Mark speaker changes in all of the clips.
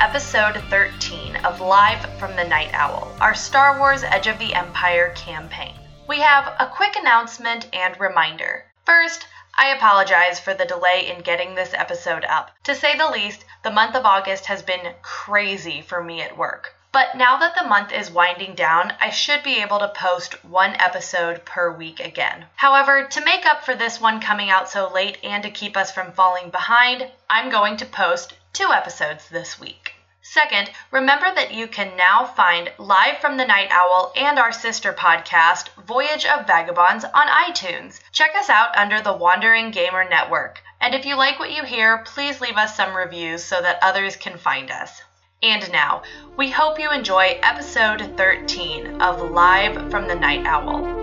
Speaker 1: episode 13 of Live from the Night Owl, our Star Wars Edge of the Empire campaign. We have a quick announcement and reminder. First, I apologize for the delay in getting this episode up. To say the least, the month of August has been crazy for me at work. But now that the month is winding down, I should be able to post one episode per week again. However, to make up for this one coming out so late and to keep us from falling behind, I'm going to post two episodes this week. Second, remember that you can now find Live from the Night Owl and our sister podcast, Voyage of Vagabonds, on iTunes. Check us out under the Wandering Gamer Network. And if you like what you hear, please leave us some reviews so that others can find us. And now, we hope you enjoy episode 13 of Live from the Night Owl.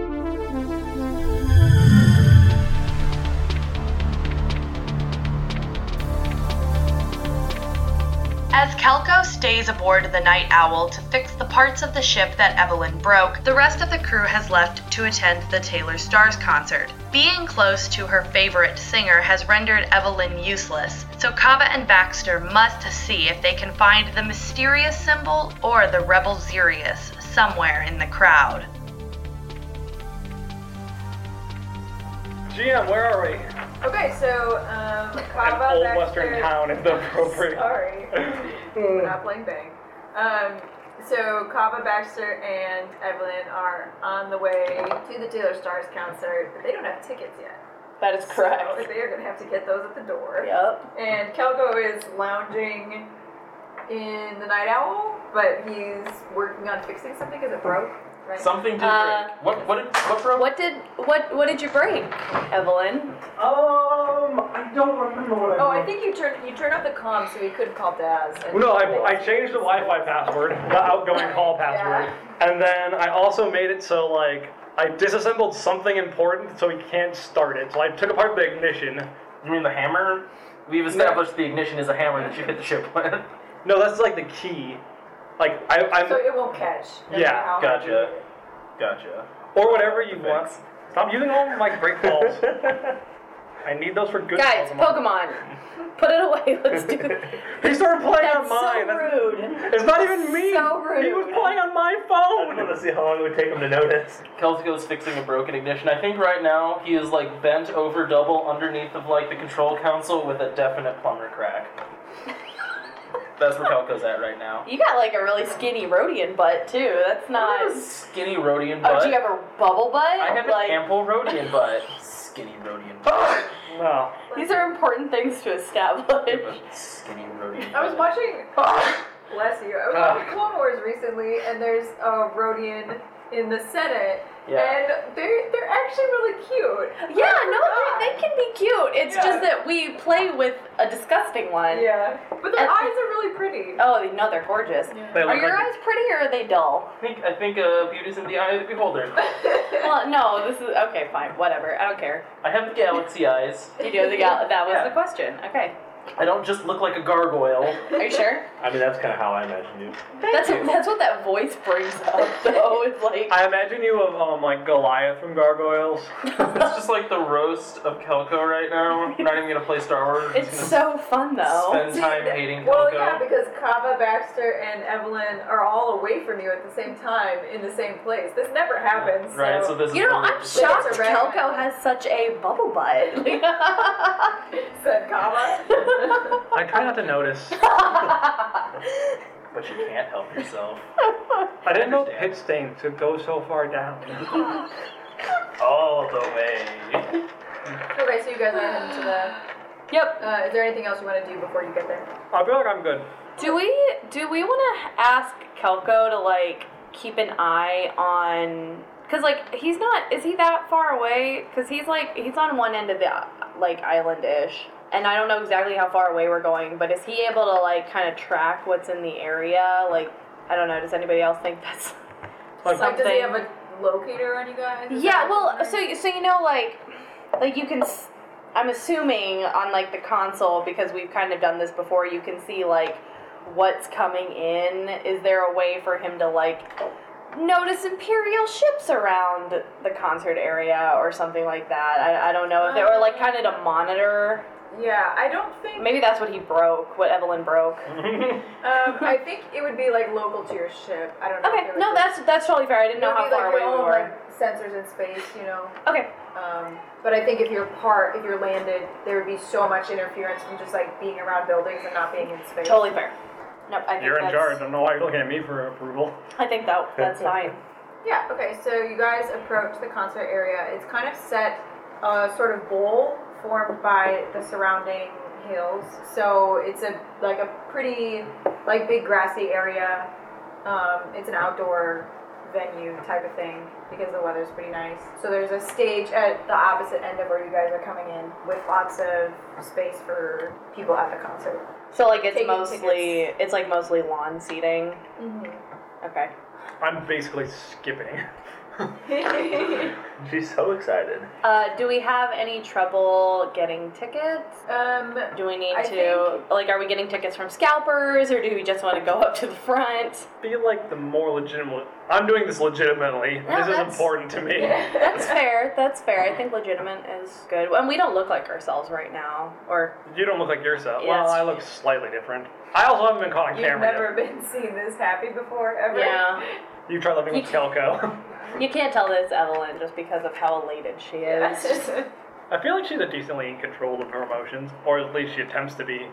Speaker 1: As Kelko stays aboard the Night Owl to fix the parts of the ship that Evelyn broke, the rest of the crew has left to attend the Taylor Stars concert. Being close to her favorite singer has rendered Evelyn useless, so Kava and Baxter must see if they can find the mysterious symbol or the Rebel Zerius somewhere in the crowd.
Speaker 2: GM, where are we?
Speaker 3: Okay, so um,
Speaker 2: An
Speaker 3: Kava
Speaker 2: old
Speaker 3: Baxter-
Speaker 2: western town is appropriate.
Speaker 3: Sorry, we're not playing Bang. Um, so Kava Baxter and Evelyn are on the way to the Taylor Stars concert, but they don't have tickets yet.
Speaker 4: That is
Speaker 3: So
Speaker 4: correct.
Speaker 3: they are gonna have to get those at the door.
Speaker 4: Yep.
Speaker 3: And Kelgo is lounging in the Night Owl, but he's working on fixing something because it broke. Right.
Speaker 5: Something did
Speaker 4: Uh,
Speaker 5: break. What what did what broke?
Speaker 4: What did what what did you break, Evelyn?
Speaker 5: Um, I don't remember what
Speaker 3: oh, I think you turned you turned off the comm so he couldn't call Daz. and-
Speaker 2: No, I, I changed the Wi-Fi password, the outgoing call password, and then I also made it so like I disassembled something important so he can't start it. So I took apart the ignition.
Speaker 5: You mean the hammer? We've established the ignition is a hammer that you hit the ship with.
Speaker 2: No, that's like the key. Like I, I'm
Speaker 3: so it won't catch. no matter
Speaker 2: Yeah,
Speaker 3: how hard you
Speaker 5: gotcha.
Speaker 3: do it.
Speaker 5: Gotcha.
Speaker 2: or whatever you want.
Speaker 5: Thanks.
Speaker 2: Stop using all my break balls. I need those for good
Speaker 4: Guys,
Speaker 2: Pokemon.
Speaker 4: Pokemon. Put it away. Let's do.
Speaker 2: He started playing
Speaker 4: That's
Speaker 2: on mine.
Speaker 4: so
Speaker 2: That's-
Speaker 4: rude.
Speaker 2: It's not even me.
Speaker 4: So rude.
Speaker 2: He was playing on my
Speaker 6: I just
Speaker 2: phone.
Speaker 6: want to see how long it would take him to notice.
Speaker 5: Kelsko's fixing a broken ignition. I think right now he is like bent over double underneath of like the control console with a definite plumber crack. That's where Kelko's at right now.
Speaker 4: You got like a really skinny Rhodian butt too. That's not.
Speaker 5: I have a skinny Rhodian butt.
Speaker 4: Oh, do you have a bubble butt?
Speaker 5: I have
Speaker 4: like
Speaker 5: an ample Rhodian butt. Skinny Rhodian butt.
Speaker 2: No.
Speaker 4: these are important things to
Speaker 5: I have
Speaker 4: establish.
Speaker 5: a skinny Rhodian
Speaker 3: I was
Speaker 5: butt.
Speaker 3: watching Bless you. I was
Speaker 2: Ah.
Speaker 3: watching Clone Wars recently, and there's a Rodian in the Senate,
Speaker 5: Yeah.
Speaker 3: and they're they're actually really cute.
Speaker 4: Yeah, no,
Speaker 3: God.
Speaker 4: Oh, they, they can be cute. It's
Speaker 3: Yeah.
Speaker 4: just that we play with a disgusting one.
Speaker 3: Yeah, but their
Speaker 4: And-
Speaker 3: eyes are really pretty.
Speaker 4: Oh no, they're gorgeous.
Speaker 2: They
Speaker 4: Are
Speaker 2: look
Speaker 4: your
Speaker 2: like
Speaker 4: eyes pretty or are they dull?
Speaker 5: I think I think uh, beauty's in the eye of the beholder.
Speaker 4: Well, no, this is okay, fine, whatever. I don't care.
Speaker 5: I have the galaxy eyes.
Speaker 4: You know the gal- that was
Speaker 5: Yeah.
Speaker 4: the question. Okay.
Speaker 5: I don't just look like a gargoyle.
Speaker 4: Are you sure?
Speaker 6: I mean, that's kind of how I imagine you.
Speaker 4: that's that's what that voice brings up though. It's like
Speaker 2: I imagine you of um, like Goliath from Gargoyles.
Speaker 5: It's just like the roast of Kelko right now. I'm not even gonna play Star Wars. I'm
Speaker 4: it's
Speaker 5: just
Speaker 4: so fun though.
Speaker 5: gonna spend time hating
Speaker 3: Well,
Speaker 5: Kelko.
Speaker 3: yeah, because Kava Baxter and Evelyn are all away from you at the same time in the same place. This never happens.
Speaker 5: right, so
Speaker 3: so
Speaker 5: this
Speaker 4: You
Speaker 5: is
Speaker 4: know,
Speaker 5: what
Speaker 4: I'm
Speaker 5: we're-
Speaker 3: a
Speaker 4: shocked
Speaker 3: red
Speaker 4: Kelko
Speaker 3: eye.
Speaker 4: has such a bubble butt.
Speaker 3: said Kava.
Speaker 2: I try not to notice.
Speaker 5: but you can't help yourself.
Speaker 2: I didn't know
Speaker 5: Understand.
Speaker 2: pit stains could go so far down.
Speaker 5: All the way.
Speaker 3: okay, so you guys are heading to the.
Speaker 4: yep.
Speaker 3: Uh, is there anything else you want to do before you get there?
Speaker 2: I feel like I'm good.
Speaker 4: Do we do we want to ask Kelko to like keep an eye on cuz like he's not is he that far away cuz he's like he's on one end of the like island-ish. And I don't know exactly how far away we're going, but is he able to like kind of track what's in the area? Like I don't know, does anybody else think that's
Speaker 2: Like,
Speaker 3: Like, does he
Speaker 4: Something.
Speaker 3: have a locator on you guys? Is
Speaker 4: Yeah,
Speaker 3: that
Speaker 4: well,
Speaker 3: something?
Speaker 4: so so you know, like, like you can. s- I'm assuming on like the console because we've kind of done this before. You can see like what's coming in. Is there a way for him to like notice Imperial ships around the concert area or something like that? I, I don't know if there or like kind of to monitor
Speaker 3: Yeah, I don't think.
Speaker 4: Maybe that's what he broke, what Evelyn broke.
Speaker 2: Mm-hmm.
Speaker 3: Um, I think it would be like local to your ship. I don't know.
Speaker 4: Okay, no, that's that's totally fair. I didn't know
Speaker 3: It would be,
Speaker 4: how far
Speaker 3: like,
Speaker 4: away
Speaker 3: your
Speaker 4: we
Speaker 3: own,
Speaker 4: were.
Speaker 3: like, sensors in space, you know.
Speaker 4: Okay,
Speaker 3: Um, but I think if you're part, if you're landed, there would be so much interference from just like being around buildings and not being in space.
Speaker 4: totally fair. Nope, I think
Speaker 2: You're in
Speaker 4: that's-
Speaker 2: charge. I don't know why you're looking at me for approval.
Speaker 4: I think that that's fine.
Speaker 3: Yeah, okay, so you guys approach the concert area. It's kind of set a sort of bowl formed by the surrounding hills. So it's a like a pretty like big grassy area. Um, it's an outdoor venue type of thing because the weather's pretty nice. So there's a stage at the opposite end of where you guys are coming in with lots of space for people at the concert.
Speaker 4: So like it's
Speaker 3: Taking
Speaker 4: mostly it's like mostly lawn seating. Okay.
Speaker 2: I'm basically skipping.
Speaker 6: She's so excited.
Speaker 4: Uh, do we have any trouble getting tickets?
Speaker 3: um,
Speaker 4: Do we need
Speaker 3: I
Speaker 4: to like are we getting tickets from scalpers or do we just want to go up to the front?
Speaker 2: Be like the more legitimate. I'm doing this legitimately.
Speaker 4: No,
Speaker 2: this is
Speaker 4: that's-
Speaker 2: important to me.
Speaker 4: That's fair. That's fair. I think legitimate is good. And we don't look like ourselves right now. Or
Speaker 2: You don't look like yourself.
Speaker 4: Yeah,
Speaker 2: well,
Speaker 4: that's-
Speaker 2: I look slightly different. I also haven't been caught on
Speaker 3: You've
Speaker 2: camera
Speaker 3: never been seen this happy before, ever.
Speaker 4: yeah,
Speaker 2: yet. You try living with
Speaker 4: You-
Speaker 2: Kelko.
Speaker 4: you can't tell this Evelyn just because of how elated she is.
Speaker 2: I feel like she's a decently in control of her emotions, or at least she attempts to be.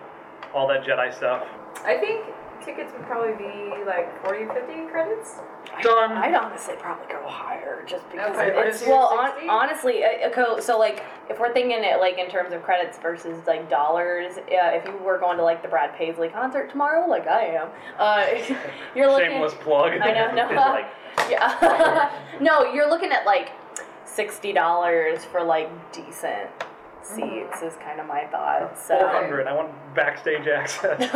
Speaker 2: All that Jedi stuff.
Speaker 3: I think tickets would probably be like 40 or 50 credits.
Speaker 2: Done.
Speaker 4: I'd honestly probably go higher just because
Speaker 3: Okay.
Speaker 4: it's
Speaker 2: Is it
Speaker 4: well on,
Speaker 3: 60?
Speaker 4: honestly uh, uh, co- so like if we're thinking it like in terms of credits versus like dollars uh, if you were going to like the Brad Paisley concert tomorrow like I am uh, you're looking
Speaker 2: Shameless plug.
Speaker 4: I know no
Speaker 6: It's like,
Speaker 4: yeah no you're looking at like sixty dollars for like decent seats is kind of my thought
Speaker 2: Four
Speaker 4: so
Speaker 2: hundred. I want backstage access.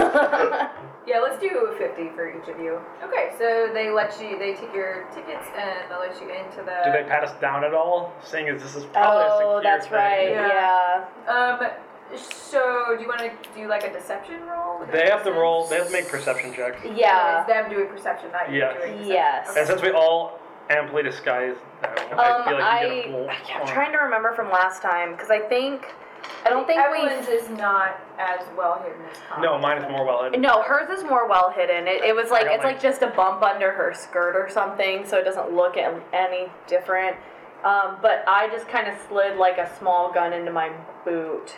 Speaker 3: Yeah, let's do 50 for each of you. Okay, so they let you, they take your tickets and they'll let you into the.
Speaker 2: Do they pat us down at all? Seeing as this is probably a
Speaker 4: oh
Speaker 2: secure
Speaker 4: that's
Speaker 2: thing.
Speaker 4: right
Speaker 3: Yeah.
Speaker 4: yeah.
Speaker 3: um, so do you want to do like a deception roll?
Speaker 2: They have to roll. They have to make perception checks.
Speaker 4: yeah
Speaker 3: It's them doing perception, not you
Speaker 2: Yeah.
Speaker 3: doing perception.
Speaker 4: Yes.
Speaker 2: And since we all amply disguise, them, I
Speaker 4: Um,
Speaker 2: feel like we
Speaker 4: I,
Speaker 2: get a full.
Speaker 4: I am
Speaker 2: on-
Speaker 4: trying to remember from last time because I think I don't think
Speaker 3: Evelyn's is not as well hidden as Tom.
Speaker 2: No, mine is more well
Speaker 4: we.
Speaker 2: hidden.
Speaker 4: No, hers is more well hidden. It, it was like
Speaker 2: got
Speaker 4: it's like
Speaker 2: mine.
Speaker 4: just a bump under her skirt or something, so it doesn't look a- any different. Um, but I just kind of slid like a small gun into my boot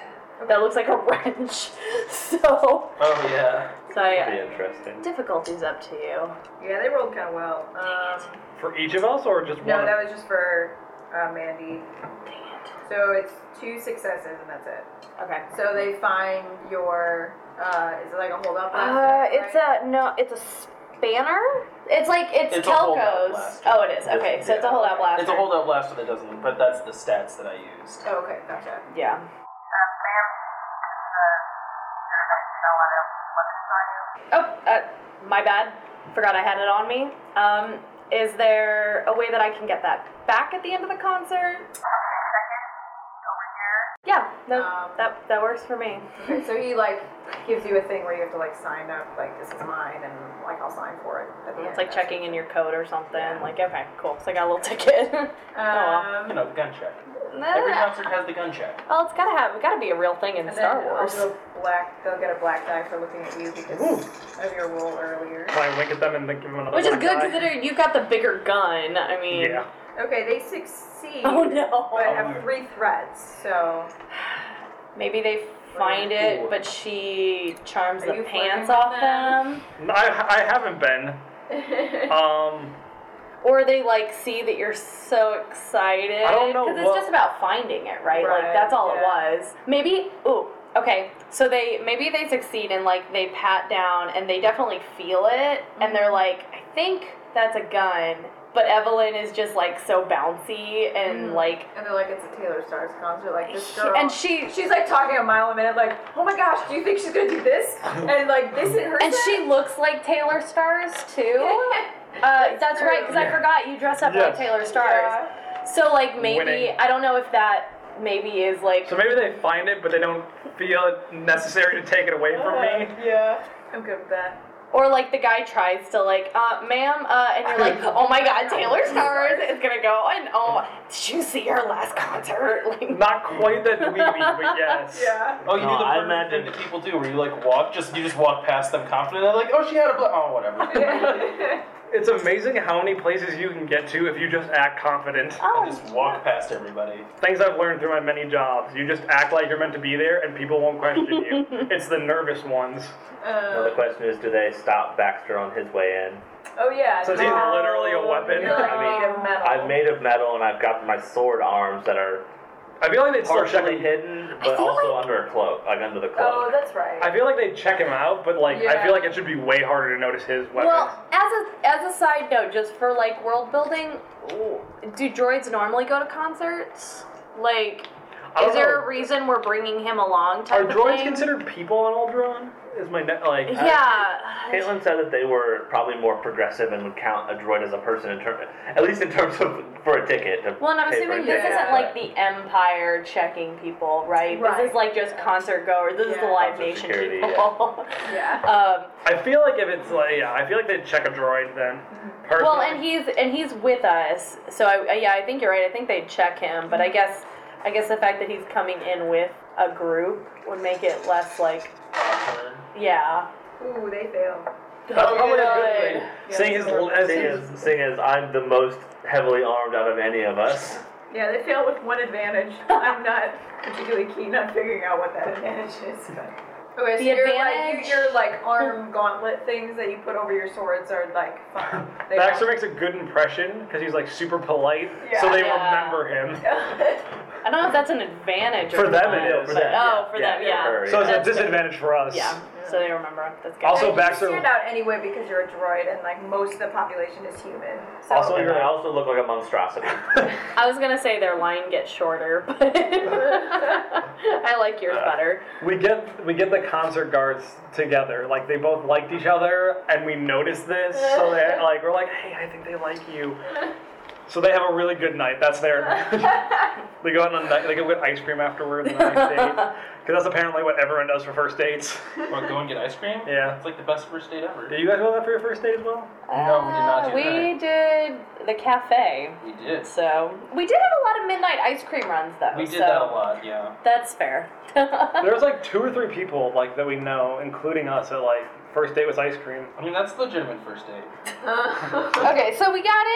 Speaker 4: that looks like a wrench. so,
Speaker 5: Oh yeah.
Speaker 4: so
Speaker 6: be
Speaker 4: I,
Speaker 6: interesting.
Speaker 4: difficulties up to you.
Speaker 3: Yeah, they rolled kind of well. Um,
Speaker 2: For each of us, or just one?
Speaker 3: no,
Speaker 2: of-
Speaker 3: that was just for uh, Mandy.
Speaker 4: Dang it.
Speaker 3: So it's two successes and that's it.
Speaker 4: Okay.
Speaker 3: So they find your. Uh, is it like a hold up?
Speaker 4: Uh, it's a no, it's a spanner. It's like it's,
Speaker 5: It's a
Speaker 4: Kelco's.
Speaker 5: holdout blaster.
Speaker 4: Oh, it is. Okay, so it's a
Speaker 5: Yeah.
Speaker 4: holdout blaster.
Speaker 5: It's a holdout blaster that doesn't, but that's the stats that I used.
Speaker 3: Oh, okay, gotcha.
Speaker 4: Yeah. Oh, uh, my bad. Forgot I had it on me. Um, is there a way that I can get that back at the end of the concert? Yeah, no,
Speaker 3: Um,
Speaker 4: that that works for me.
Speaker 3: Okay, so he like gives you a thing where you have to like sign up, like this is mine, and like I'll sign for it. At the end.
Speaker 4: It's like checking in your code or something. Like, okay, cool. So I got a little ticket. well.
Speaker 5: You
Speaker 3: Um,
Speaker 5: know, the gun check. Every concert has the gun check.
Speaker 4: well, it's gotta have, it gotta be a real thing in
Speaker 3: and
Speaker 4: Star
Speaker 3: then uh,
Speaker 4: Wars.
Speaker 3: also black. They'll get a black die for looking at you because
Speaker 2: Ooh.
Speaker 3: of your roll earlier.
Speaker 2: Can I wink at them and then give them another
Speaker 4: Which is
Speaker 2: black
Speaker 4: good
Speaker 2: eye?
Speaker 4: considering you've got the bigger gun. I mean,
Speaker 2: Yeah.
Speaker 3: Okay, they succeed.
Speaker 4: oh no.
Speaker 3: But have three threats. So
Speaker 4: Maybe they find it, but she charms
Speaker 3: Are
Speaker 4: the
Speaker 3: you
Speaker 4: pants
Speaker 3: flirting with
Speaker 4: off
Speaker 3: them?
Speaker 4: them.
Speaker 2: No, I, I haven't been. Um,
Speaker 4: Or they like see that you're so excited.
Speaker 2: I don't know
Speaker 4: Because it's
Speaker 2: what-
Speaker 4: just about finding it, right? Like
Speaker 3: Right,
Speaker 4: that's all
Speaker 3: yeah.
Speaker 4: it was. Maybe. Ooh. Okay. So they maybe they succeed and like they pat down and they definitely feel it and
Speaker 3: Mm-hmm.
Speaker 4: they're like, I think that's a gun. But Evelyn is just like so bouncy and like.
Speaker 3: and they're like, it's a Taylor Stars concert. Like Mm. this girl.
Speaker 4: And she
Speaker 3: She's like talking a mile a minute, like, oh my gosh, do you think she's gonna do this? And like, this is her.
Speaker 4: and
Speaker 3: set?
Speaker 4: she looks like Taylor Stars too. Uh, that's
Speaker 3: true.
Speaker 4: right, because I forgot you dress up
Speaker 2: Yes.
Speaker 4: like Taylor Stars.
Speaker 3: Yeah.
Speaker 4: So like maybe
Speaker 2: Winning.
Speaker 4: I don't know if that maybe is like
Speaker 2: so maybe they find it, but they don't feel it necessary to take it away from me.
Speaker 3: Yeah. I'm good with that.
Speaker 4: Or like the guy tries to like, uh, ma'am, uh, and you're like, oh my god, Taylor Stars is gonna go, and oh, did you see her last concert? Like,
Speaker 2: Not quite that dweeby, but yes.
Speaker 3: Yeah.
Speaker 5: Oh, you
Speaker 6: No,
Speaker 5: do the
Speaker 6: I
Speaker 5: perfect
Speaker 6: imagine-
Speaker 5: thing that people do, where you like walk, just you just walk past them confident. They're like, oh, she had a bl Oh, whatever.
Speaker 2: It's amazing how many places you can get to if you just act confident.
Speaker 5: I
Speaker 4: oh,
Speaker 5: just walk past everybody.
Speaker 2: Things I've learned through my many jobs. You just act like you're meant to be there and people won't question you. it's the nervous ones.
Speaker 6: Now the
Speaker 3: Uh,
Speaker 6: question is, do they stop Baxter on his way in?
Speaker 3: oh yeah.
Speaker 2: So it's
Speaker 3: no.
Speaker 2: either literally a weapon.
Speaker 3: You're like
Speaker 2: I mean,
Speaker 3: made of metal.
Speaker 6: I'm made of metal and I've got my sword arms that are
Speaker 2: I feel like they'd still check
Speaker 6: partially
Speaker 2: him.
Speaker 6: hidden, but also under a cloak, like under the
Speaker 3: Oh,
Speaker 6: cloak.
Speaker 3: that's right.
Speaker 2: I feel like they'd check him out, but like I
Speaker 3: Yeah.
Speaker 2: feel like it should be way harder to notice his weapons.
Speaker 4: Well, as a as a side note, just for like world building, do droids normally go to concerts? Like,
Speaker 2: I don't
Speaker 4: is there
Speaker 2: know.
Speaker 4: a reason we're bringing him along? Type
Speaker 2: Are
Speaker 4: of
Speaker 2: droids
Speaker 4: thing?
Speaker 2: considered people on Alderaan? Is my net like?
Speaker 4: Yeah.
Speaker 6: Caitlin said that they were probably more progressive and would count a droid as a person in term, at least in terms of for a ticket. To
Speaker 4: Well, and I'm
Speaker 6: pay for a
Speaker 4: assuming this
Speaker 6: ticket.
Speaker 4: isn't like the Empire checking people, right? This
Speaker 3: Right.
Speaker 4: is like just concert goers. This is the
Speaker 3: Yeah.
Speaker 4: Live
Speaker 6: Concert
Speaker 4: Nation
Speaker 6: security,
Speaker 4: people.
Speaker 3: yeah.
Speaker 4: um,
Speaker 2: I feel like if it's like, yeah, I feel like they'd check a droid then. Personally.
Speaker 4: well, and he's and he's with us, so I, I- yeah, I think you're right. I think they'd check him, but I guess I guess the fact that he's coming in with a group would make it less like
Speaker 5: Awkward.
Speaker 4: yeah.
Speaker 3: Ooh, they fail.
Speaker 6: Oh,
Speaker 2: that's probably a good thing.
Speaker 3: Yeah,
Speaker 2: Seeing his,
Speaker 3: that's a
Speaker 2: as
Speaker 6: Seeing
Speaker 2: his
Speaker 6: as, seeing as I'm the most heavily armed out of any of us,
Speaker 3: Yeah, they fail with one advantage. I'm not particularly keen on figuring out what that advantage is. But. Okay, so
Speaker 4: The
Speaker 3: your like
Speaker 4: advantage-
Speaker 3: your like arm gauntlet things that you put over your swords are like fun. They
Speaker 2: Baxter makes a good impression because he's like super polite, so
Speaker 3: Yeah.
Speaker 2: they
Speaker 4: Yeah.
Speaker 2: remember him.
Speaker 4: I don't know if that's an advantage or
Speaker 2: For them,
Speaker 4: not,
Speaker 2: it is.
Speaker 4: but-
Speaker 6: For them,
Speaker 4: Oh,
Speaker 6: yeah.
Speaker 4: for
Speaker 6: Yeah,
Speaker 4: them,
Speaker 6: yeah,
Speaker 4: yeah.
Speaker 6: for-
Speaker 2: So it's a
Speaker 4: That's good.
Speaker 2: disadvantage for us.
Speaker 4: Yeah. So they remember. him. That's good.
Speaker 2: Also,
Speaker 3: And
Speaker 2: Baxter-
Speaker 3: You stand out anyway because you're a droid, and like most of the population is human. So
Speaker 6: also and I also look like a monstrosity.
Speaker 4: I was gonna say their line gets shorter, but I like yours better.
Speaker 2: We get we get the concert guards together. Like they both liked each other, and we noticed this. So they like we're like, hey, I think they like you. So they have a really good night. That's their. they go out on a night. They go get ice cream afterward on the next date because that's apparently what everyone does for first dates.
Speaker 5: What, go and get ice cream?
Speaker 2: Yeah.
Speaker 5: It's like the best first date ever.
Speaker 2: Did you guys go that for your first date as well?
Speaker 5: No, we did not do
Speaker 4: we did the cafe.
Speaker 5: We did.
Speaker 4: So we did have a lot of midnight ice cream runs though.
Speaker 5: We did
Speaker 4: so
Speaker 5: that a lot, yeah.
Speaker 4: That's fair.
Speaker 2: There was like two or three people like that we know, including us, at like first date was ice cream.
Speaker 5: I mean, that's legitimate first date.
Speaker 4: okay, so we got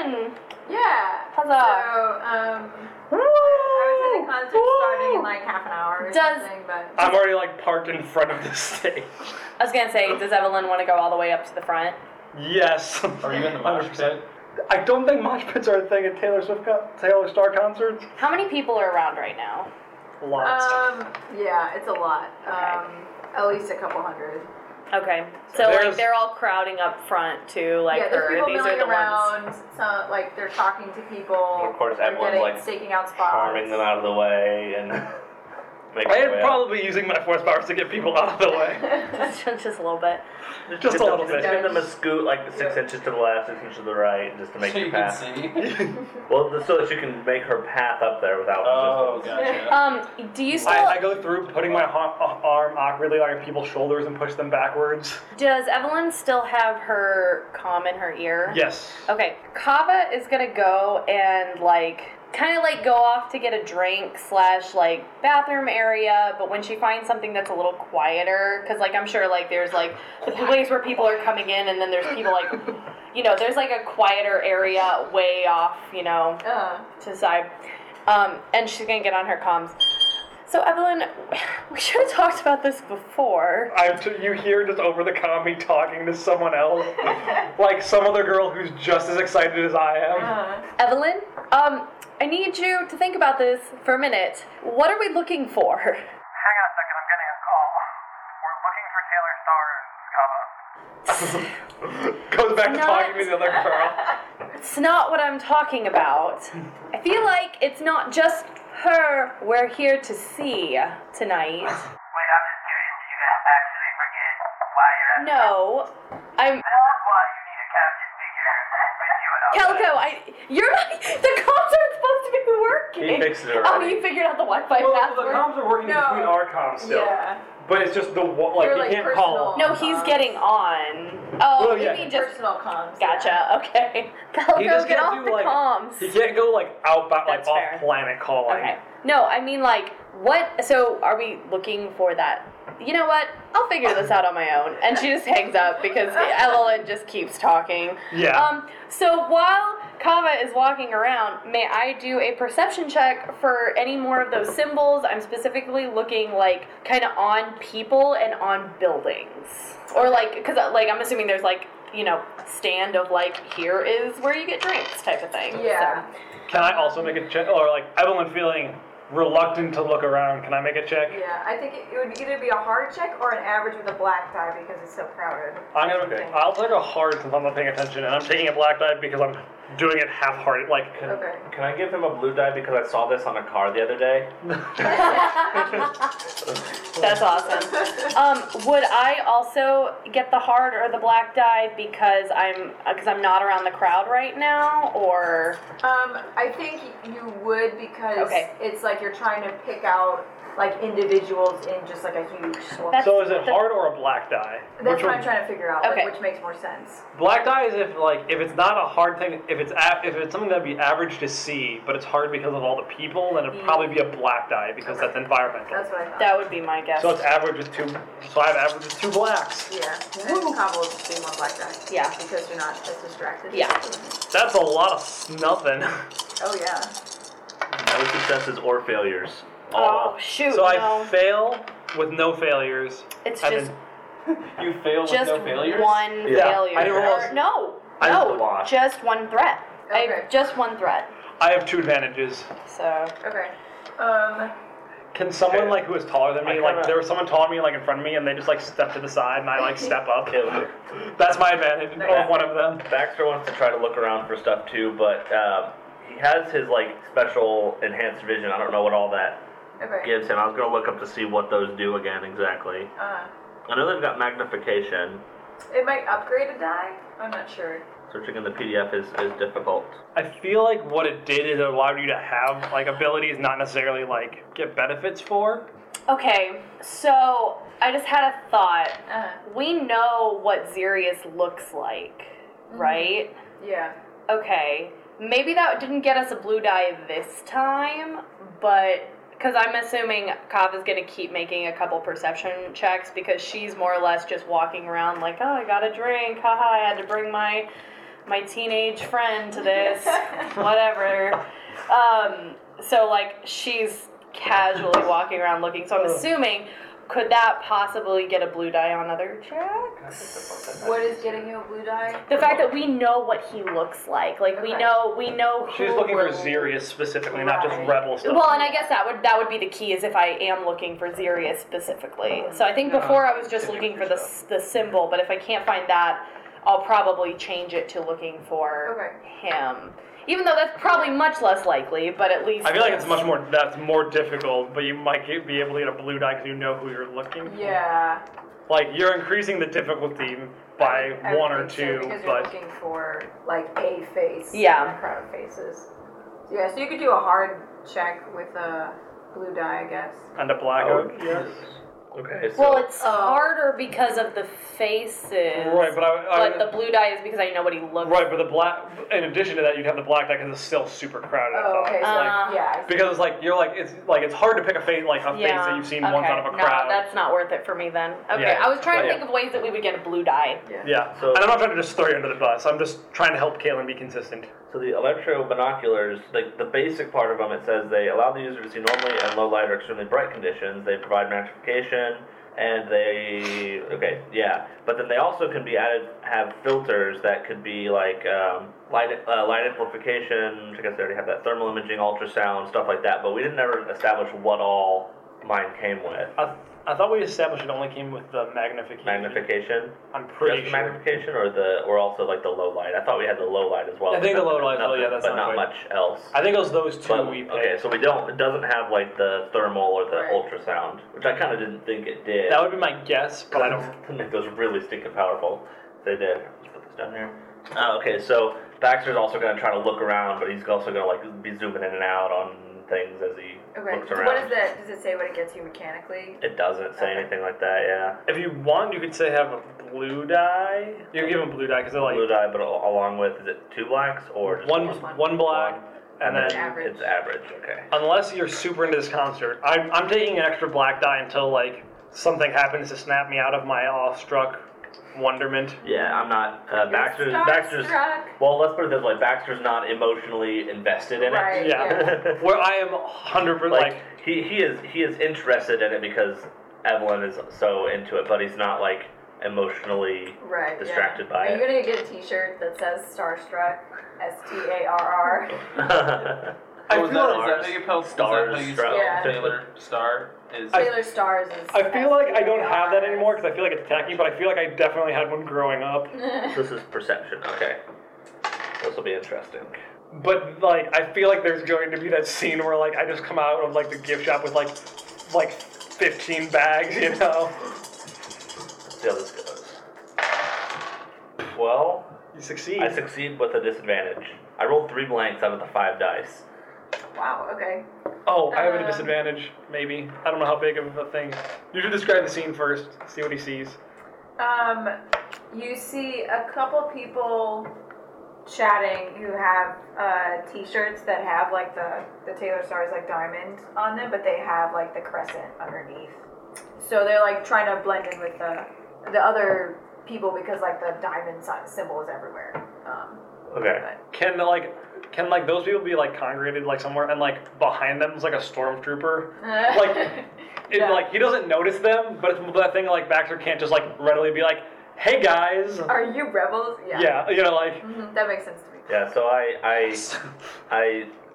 Speaker 4: in.
Speaker 3: yeah.
Speaker 4: Huzzah.
Speaker 3: So um, I was at the concert starting in like half an hour or
Speaker 4: Does-
Speaker 3: something, but
Speaker 2: I'm already like parked in front of the stage.
Speaker 4: I was gonna say, does Evelyn want to go all the way up to the front?
Speaker 2: Yes.
Speaker 5: Are you in the mosh
Speaker 2: 100%.
Speaker 5: pit?
Speaker 2: I don't think mosh pits are a thing at Taylor Swift con- Taylor Star concerts.
Speaker 4: How many people are around right now?
Speaker 2: Lots.
Speaker 3: um, yeah, it's a lot.
Speaker 4: Okay.
Speaker 3: Um, at least a couple hundred.
Speaker 4: Okay, so
Speaker 2: There's-
Speaker 4: like they're all crowding up front to like
Speaker 3: yeah, there's
Speaker 4: her.
Speaker 3: people
Speaker 4: These are
Speaker 3: milling
Speaker 4: the ones.
Speaker 3: around. Some like they're talking to people.
Speaker 6: Of course,
Speaker 3: they're
Speaker 6: everyone's,
Speaker 3: getting,
Speaker 6: like,
Speaker 3: staking out spots.
Speaker 6: Charming them out of the way and making
Speaker 2: I
Speaker 6: their
Speaker 5: Oh,
Speaker 2: am
Speaker 6: way up.
Speaker 2: probably using my force powers to get people out of the way.
Speaker 4: Just, just a little bit.
Speaker 2: Just, a little bit.
Speaker 6: Give them a scoot like six
Speaker 3: Yeah.
Speaker 6: inches to the left, six inches to the right, just to make
Speaker 5: so
Speaker 6: your
Speaker 5: you
Speaker 6: path.
Speaker 5: can see.
Speaker 6: Well, th- so that you can make her path up there without
Speaker 5: oh,
Speaker 6: resistance.
Speaker 5: gotcha.
Speaker 4: Um, do you still?
Speaker 2: I, I go through putting my ha- uh, arm awkwardly like, on people's shoulders and push them backwards.
Speaker 4: Does Evelyn still have her comm in her ear?
Speaker 2: Yes.
Speaker 4: Okay, Kava is gonna go and like kind of like go off to get a drink slash like bathroom area, but when she finds something that's a little quieter, because like I'm sure like there's like the place where people are coming in, and then there's people like you know there's like a quieter area way off, you know
Speaker 3: Uh,
Speaker 4: to the side. Um, and she's gonna get on her comms. So Evelyn, we should have talked about this before.
Speaker 2: I'm t- you hear just over the comm me talking to someone else, like some other girl who's just as excited as I am.
Speaker 3: uh,
Speaker 4: Evelyn, um, I need you to think about this for a minute. What are we looking for?
Speaker 7: Hang on a second, I'm getting a call. We're looking for Taylor Starr's Kava.
Speaker 2: Goes back to
Speaker 4: Not-
Speaker 2: talking to the other girl.
Speaker 4: It's not what I'm talking about. I feel like it's not just her we're here to see tonight.
Speaker 7: Wait, I'm just curious, do you guys actually forget why you're at
Speaker 4: No, I'm
Speaker 7: Tell us why you need a captain figure with you at all
Speaker 4: Calco.
Speaker 7: times.
Speaker 4: I you're not, the concert's supposed to be working.
Speaker 6: He fixed it
Speaker 4: Oh,
Speaker 6: already.
Speaker 4: you figured out the Wi-Fi
Speaker 2: Well, the
Speaker 4: password.
Speaker 2: comms are working
Speaker 3: No.
Speaker 2: between our comms still.
Speaker 3: yeah.
Speaker 2: But it's just the one, like,
Speaker 3: They're,
Speaker 2: you
Speaker 3: like,
Speaker 2: can't call.
Speaker 3: personal.
Speaker 4: No, he's getting on. Oh,
Speaker 2: Well, yeah.
Speaker 4: you mean just
Speaker 3: Personal comms. yeah.
Speaker 4: gotcha? Okay, Calco,
Speaker 2: He just
Speaker 4: get
Speaker 2: can't
Speaker 4: off
Speaker 2: do,
Speaker 4: the
Speaker 2: like-
Speaker 4: comms.
Speaker 2: He can't go, like, out, by, like,
Speaker 4: That's fair.
Speaker 2: off planet calling.
Speaker 4: Okay. No, I mean like what? So are we looking for that? You know what? I'll figure this out on my own. And she just hangs up because Evelyn just keeps talking.
Speaker 2: Yeah.
Speaker 4: Um. So while Kava is walking around, may I do a perception check for any more of those symbols? I'm specifically looking like kind of on people and on buildings, or like because like I'm assuming there's like you know stand of like here is where you get drinks type of thing.
Speaker 3: Yeah.
Speaker 4: So,
Speaker 2: Can I
Speaker 3: um,
Speaker 2: also make a check? Or, like, Evelyn feeling reluctant to look around, can I make a check?
Speaker 3: Yeah, I think it, it would either be a hard check or an average with a black die because it's so crowded.
Speaker 2: I'm gonna.
Speaker 3: Okay.
Speaker 2: I'll take a hard since I'm not paying attention, and I'm taking a black die because I'm doing it half-hearted. Like,
Speaker 3: Okay.
Speaker 6: Can I give him a blue die because I saw this on a car the other day?
Speaker 4: that's awesome. Um, would I also get the hard or the black die because I'm because I'm not around the crowd right now, or
Speaker 3: Um, I think you would because
Speaker 4: Okay.
Speaker 3: it's like you're trying to pick out like individuals in just like a huge swap.
Speaker 4: That's-
Speaker 2: so is it
Speaker 4: the-
Speaker 2: hard or a black die?
Speaker 3: That's
Speaker 2: Which
Speaker 3: what
Speaker 2: one-
Speaker 3: I'm trying to figure out, like,
Speaker 4: Okay.
Speaker 3: which makes more sense.
Speaker 2: Black die is if like if it's not a hard thing, if it's a, if it's something that'd be average to see, but it's hard because of all the people, then it'd probably be a black die because that's environmental.
Speaker 3: That's what I thought.
Speaker 4: that would be my guess.
Speaker 2: So it's average with two. So I have average with two blacks.
Speaker 3: yeah. And combo would be more black die.
Speaker 4: Yeah.
Speaker 3: Because you're not as distracted.
Speaker 4: Yeah.
Speaker 2: That's a lot of nothing.
Speaker 3: Oh yeah.
Speaker 6: No successes or failures.
Speaker 4: oh shoot!
Speaker 2: So
Speaker 4: no.
Speaker 2: I fail with no failures.
Speaker 4: it's
Speaker 2: and
Speaker 4: just
Speaker 2: then-
Speaker 5: You fail with
Speaker 4: just
Speaker 5: no failures? Oh,
Speaker 4: one
Speaker 6: Yeah.
Speaker 4: failure.
Speaker 2: I didn't realize-
Speaker 4: Or- no,
Speaker 6: I didn't
Speaker 4: no,
Speaker 6: realize.
Speaker 4: just one threat.
Speaker 3: Okay.
Speaker 4: I, just one threat.
Speaker 2: I have two advantages.
Speaker 4: So
Speaker 3: Okay. Um.
Speaker 2: Can someone
Speaker 6: Okay.
Speaker 2: like who is taller than me,
Speaker 6: I
Speaker 2: like
Speaker 6: kinda-
Speaker 2: there was someone taller than me, like in front of me, and they just like step to the side, and I like step up.
Speaker 6: Yeah.
Speaker 2: That's my advantage. Or one of them.
Speaker 6: Baxter wants to try to look around for stuff too, but um, he has his like special enhanced vision. I don't know what all that
Speaker 3: Okay.
Speaker 6: gives him. I was gonna look up to see what those do again exactly.
Speaker 3: Uh,
Speaker 6: I know they've got magnification.
Speaker 3: it might upgrade a die. I'm not sure.
Speaker 6: Searching in the PDF is, is difficult.
Speaker 2: I feel like what it did is it allowed you to have like abilities, not necessarily like get benefits for.
Speaker 4: okay, so I just had a thought.
Speaker 3: Uh,
Speaker 4: We know what Zerius looks like, right?
Speaker 3: yeah.
Speaker 4: Okay, maybe that didn't get us a blue die this time, but because I'm assuming Kava's gonna keep making a couple perception checks because she's more or less just walking around like, oh, I got a drink, haha, I had to bring my my teenage friend to this, whatever. Um, so like she's casually walking around looking. So I'm assuming could that possibly get a blue die on other checks?
Speaker 3: What is getting you a blue die?
Speaker 4: The fact that we know what he looks like, like we
Speaker 3: Okay.
Speaker 4: know, we know.
Speaker 2: She's
Speaker 4: who
Speaker 2: looking for
Speaker 4: we're-
Speaker 2: Zerius specifically, not just
Speaker 3: Right.
Speaker 2: rebel stuff.
Speaker 4: Well, and I guess that would that would be the key is if I am looking for Zerius specifically. So I think before I was just looking for the s- the symbol, but if I can't find that, I'll probably change it to looking for him. Even though that's probably much less likely, but at least
Speaker 2: I feel like it's much more. That's more difficult, but you might get, be able to get a blue die because you know who you're looking. for.
Speaker 3: Yeah.
Speaker 2: Like you're increasing the difficulty by
Speaker 3: I would
Speaker 2: one or
Speaker 3: think so,
Speaker 2: two,
Speaker 3: because you're
Speaker 2: but
Speaker 3: looking for like a face.
Speaker 4: Yeah.
Speaker 3: In a crowd of faces. Yeah. So you could do a hard check with a blue die, I guess.
Speaker 2: and a black oak. Yeah.
Speaker 6: Oh. Okay, so
Speaker 4: Well, it's
Speaker 3: Oh.
Speaker 4: harder because of the faces.
Speaker 2: Right, but I, I
Speaker 4: But the blue die is because I know what he looks.
Speaker 2: Right, but the black. In addition to that, you'd have the black die because it's still super crowded. I
Speaker 3: Oh,
Speaker 2: thought.
Speaker 3: okay. So
Speaker 2: Like,
Speaker 4: Uh,
Speaker 3: yeah. I see.
Speaker 2: because it's like you're like it's like it's hard to pick a face like a face that you've seen once
Speaker 4: okay.
Speaker 2: out of a crowd.
Speaker 4: No, that's not worth it for me then. Okay,
Speaker 2: Yeah.
Speaker 4: I was trying to
Speaker 6: Yeah.
Speaker 4: think of ways that we would get a blue die.
Speaker 2: yeah.
Speaker 6: So-
Speaker 2: and I'm not trying to just throw you under the bus. I'm just trying to help Kaylin be consistent.
Speaker 6: So the electro binoculars, the, the basic part of them, it says they allow the user to see normally in low light or extremely bright conditions. They provide magnification, and they okay, yeah. But then they also can be added have filters that could be like um, light uh, light amplification. Which I guess they already have that thermal imaging, ultrasound, stuff like that. But we didn't ever establish what all mine came with.
Speaker 2: I, I thought we established it only came with the magnification.
Speaker 6: Magnification,
Speaker 2: I'm
Speaker 6: just
Speaker 2: pretty
Speaker 6: the
Speaker 2: sure.
Speaker 6: magnification, or the or also like the low light. I thought we had the low light as well.
Speaker 2: I think the low light- oh,
Speaker 6: Nothing,
Speaker 2: yeah, that's
Speaker 6: but
Speaker 2: not
Speaker 6: not
Speaker 2: quite-
Speaker 6: much else.
Speaker 2: I think it was those two
Speaker 6: But-
Speaker 2: we picked.
Speaker 6: okay, so we don't. It doesn't have like the thermal or the
Speaker 3: Right.
Speaker 6: ultrasound, which I kind of didn't think it did.
Speaker 2: that would be my guess, but I don't.
Speaker 6: To make those really stinking powerful. They did. Let's put this down here. Oh, Uh, okay, so Baxter's also gonna try to look around, but he's also gonna like be zooming in and out on things as he
Speaker 3: Okay.
Speaker 6: looks around.
Speaker 3: What is that? Does it say what it gets you mechanically?
Speaker 6: It doesn't say
Speaker 3: Okay.
Speaker 6: anything like that. Yeah,
Speaker 2: If you want, you could say have a blue die. You can give him blue die because they're like
Speaker 6: blue dye, but al- along with is it two blacks or just
Speaker 2: one
Speaker 3: Just one.
Speaker 2: one black, and
Speaker 3: It's
Speaker 2: then
Speaker 3: average.
Speaker 6: It's average. Okay.
Speaker 2: unless you're super into this concert, I'm I'm taking an extra black die until like something happens to snap me out of my awestruck wonderment.
Speaker 6: Yeah, I'm not. Uh, Baxter's
Speaker 3: Starstruck.
Speaker 6: Baxter's. Well, let's put it this way: Baxter's not emotionally invested in it.
Speaker 3: Right.
Speaker 2: Yeah. Where I am hundred percent
Speaker 6: like
Speaker 2: like
Speaker 6: he, he is he is interested in it because Evelyn is so into it, but he's not like emotionally.
Speaker 3: Right. yeah.
Speaker 6: Distracted by
Speaker 3: Are you gonna get a T-shirt that says Starstruck? S T A R R.
Speaker 2: I
Speaker 5: Or was
Speaker 2: feel
Speaker 5: that,
Speaker 2: like-
Speaker 5: is that how you spell
Speaker 6: Stars,
Speaker 5: Is that how you
Speaker 6: Star-
Speaker 5: spell
Speaker 3: Yeah.
Speaker 5: Taylor Star? Is
Speaker 3: Taylor Stars is.
Speaker 2: I feel like I don't have that anymore because I feel like it's tacky, but I feel like I definitely had one growing up.
Speaker 6: this is perception. Okay. This will be interesting.
Speaker 2: But like, I feel like there's going to be that scene where like I just come out of like the gift shop with like like 15 bags, you know?
Speaker 6: Let's see how this goes. Well,
Speaker 2: You succeed.
Speaker 6: I succeed with a disadvantage. I rolled three blanks out of the five dice.
Speaker 3: wow. Okay.
Speaker 2: oh, I have a
Speaker 3: Uh,
Speaker 2: disadvantage, maybe. I don't know how big of a thing. You should describe the scene first. See what he sees.
Speaker 3: Um, you see a couple people chatting who have uh, T-shirts that have like the the Taylor stars like diamond on them, but they have like the crescent underneath. So they're like trying to blend in with the the other people because like the diamond si- symbol is everywhere. Um,
Speaker 6: Okay.
Speaker 3: but
Speaker 2: Can like. Can like those people be like congregated like somewhere and like behind them is like a stormtrooper? Like it,
Speaker 3: Yeah.
Speaker 2: like he doesn't notice them, but it's that thing like Baxter can't just like readily be like, "Hey guys,
Speaker 3: are you rebels? Yeah.
Speaker 2: yeah, you know like
Speaker 3: Mhm, that makes sense to me.
Speaker 6: Yeah. So I I I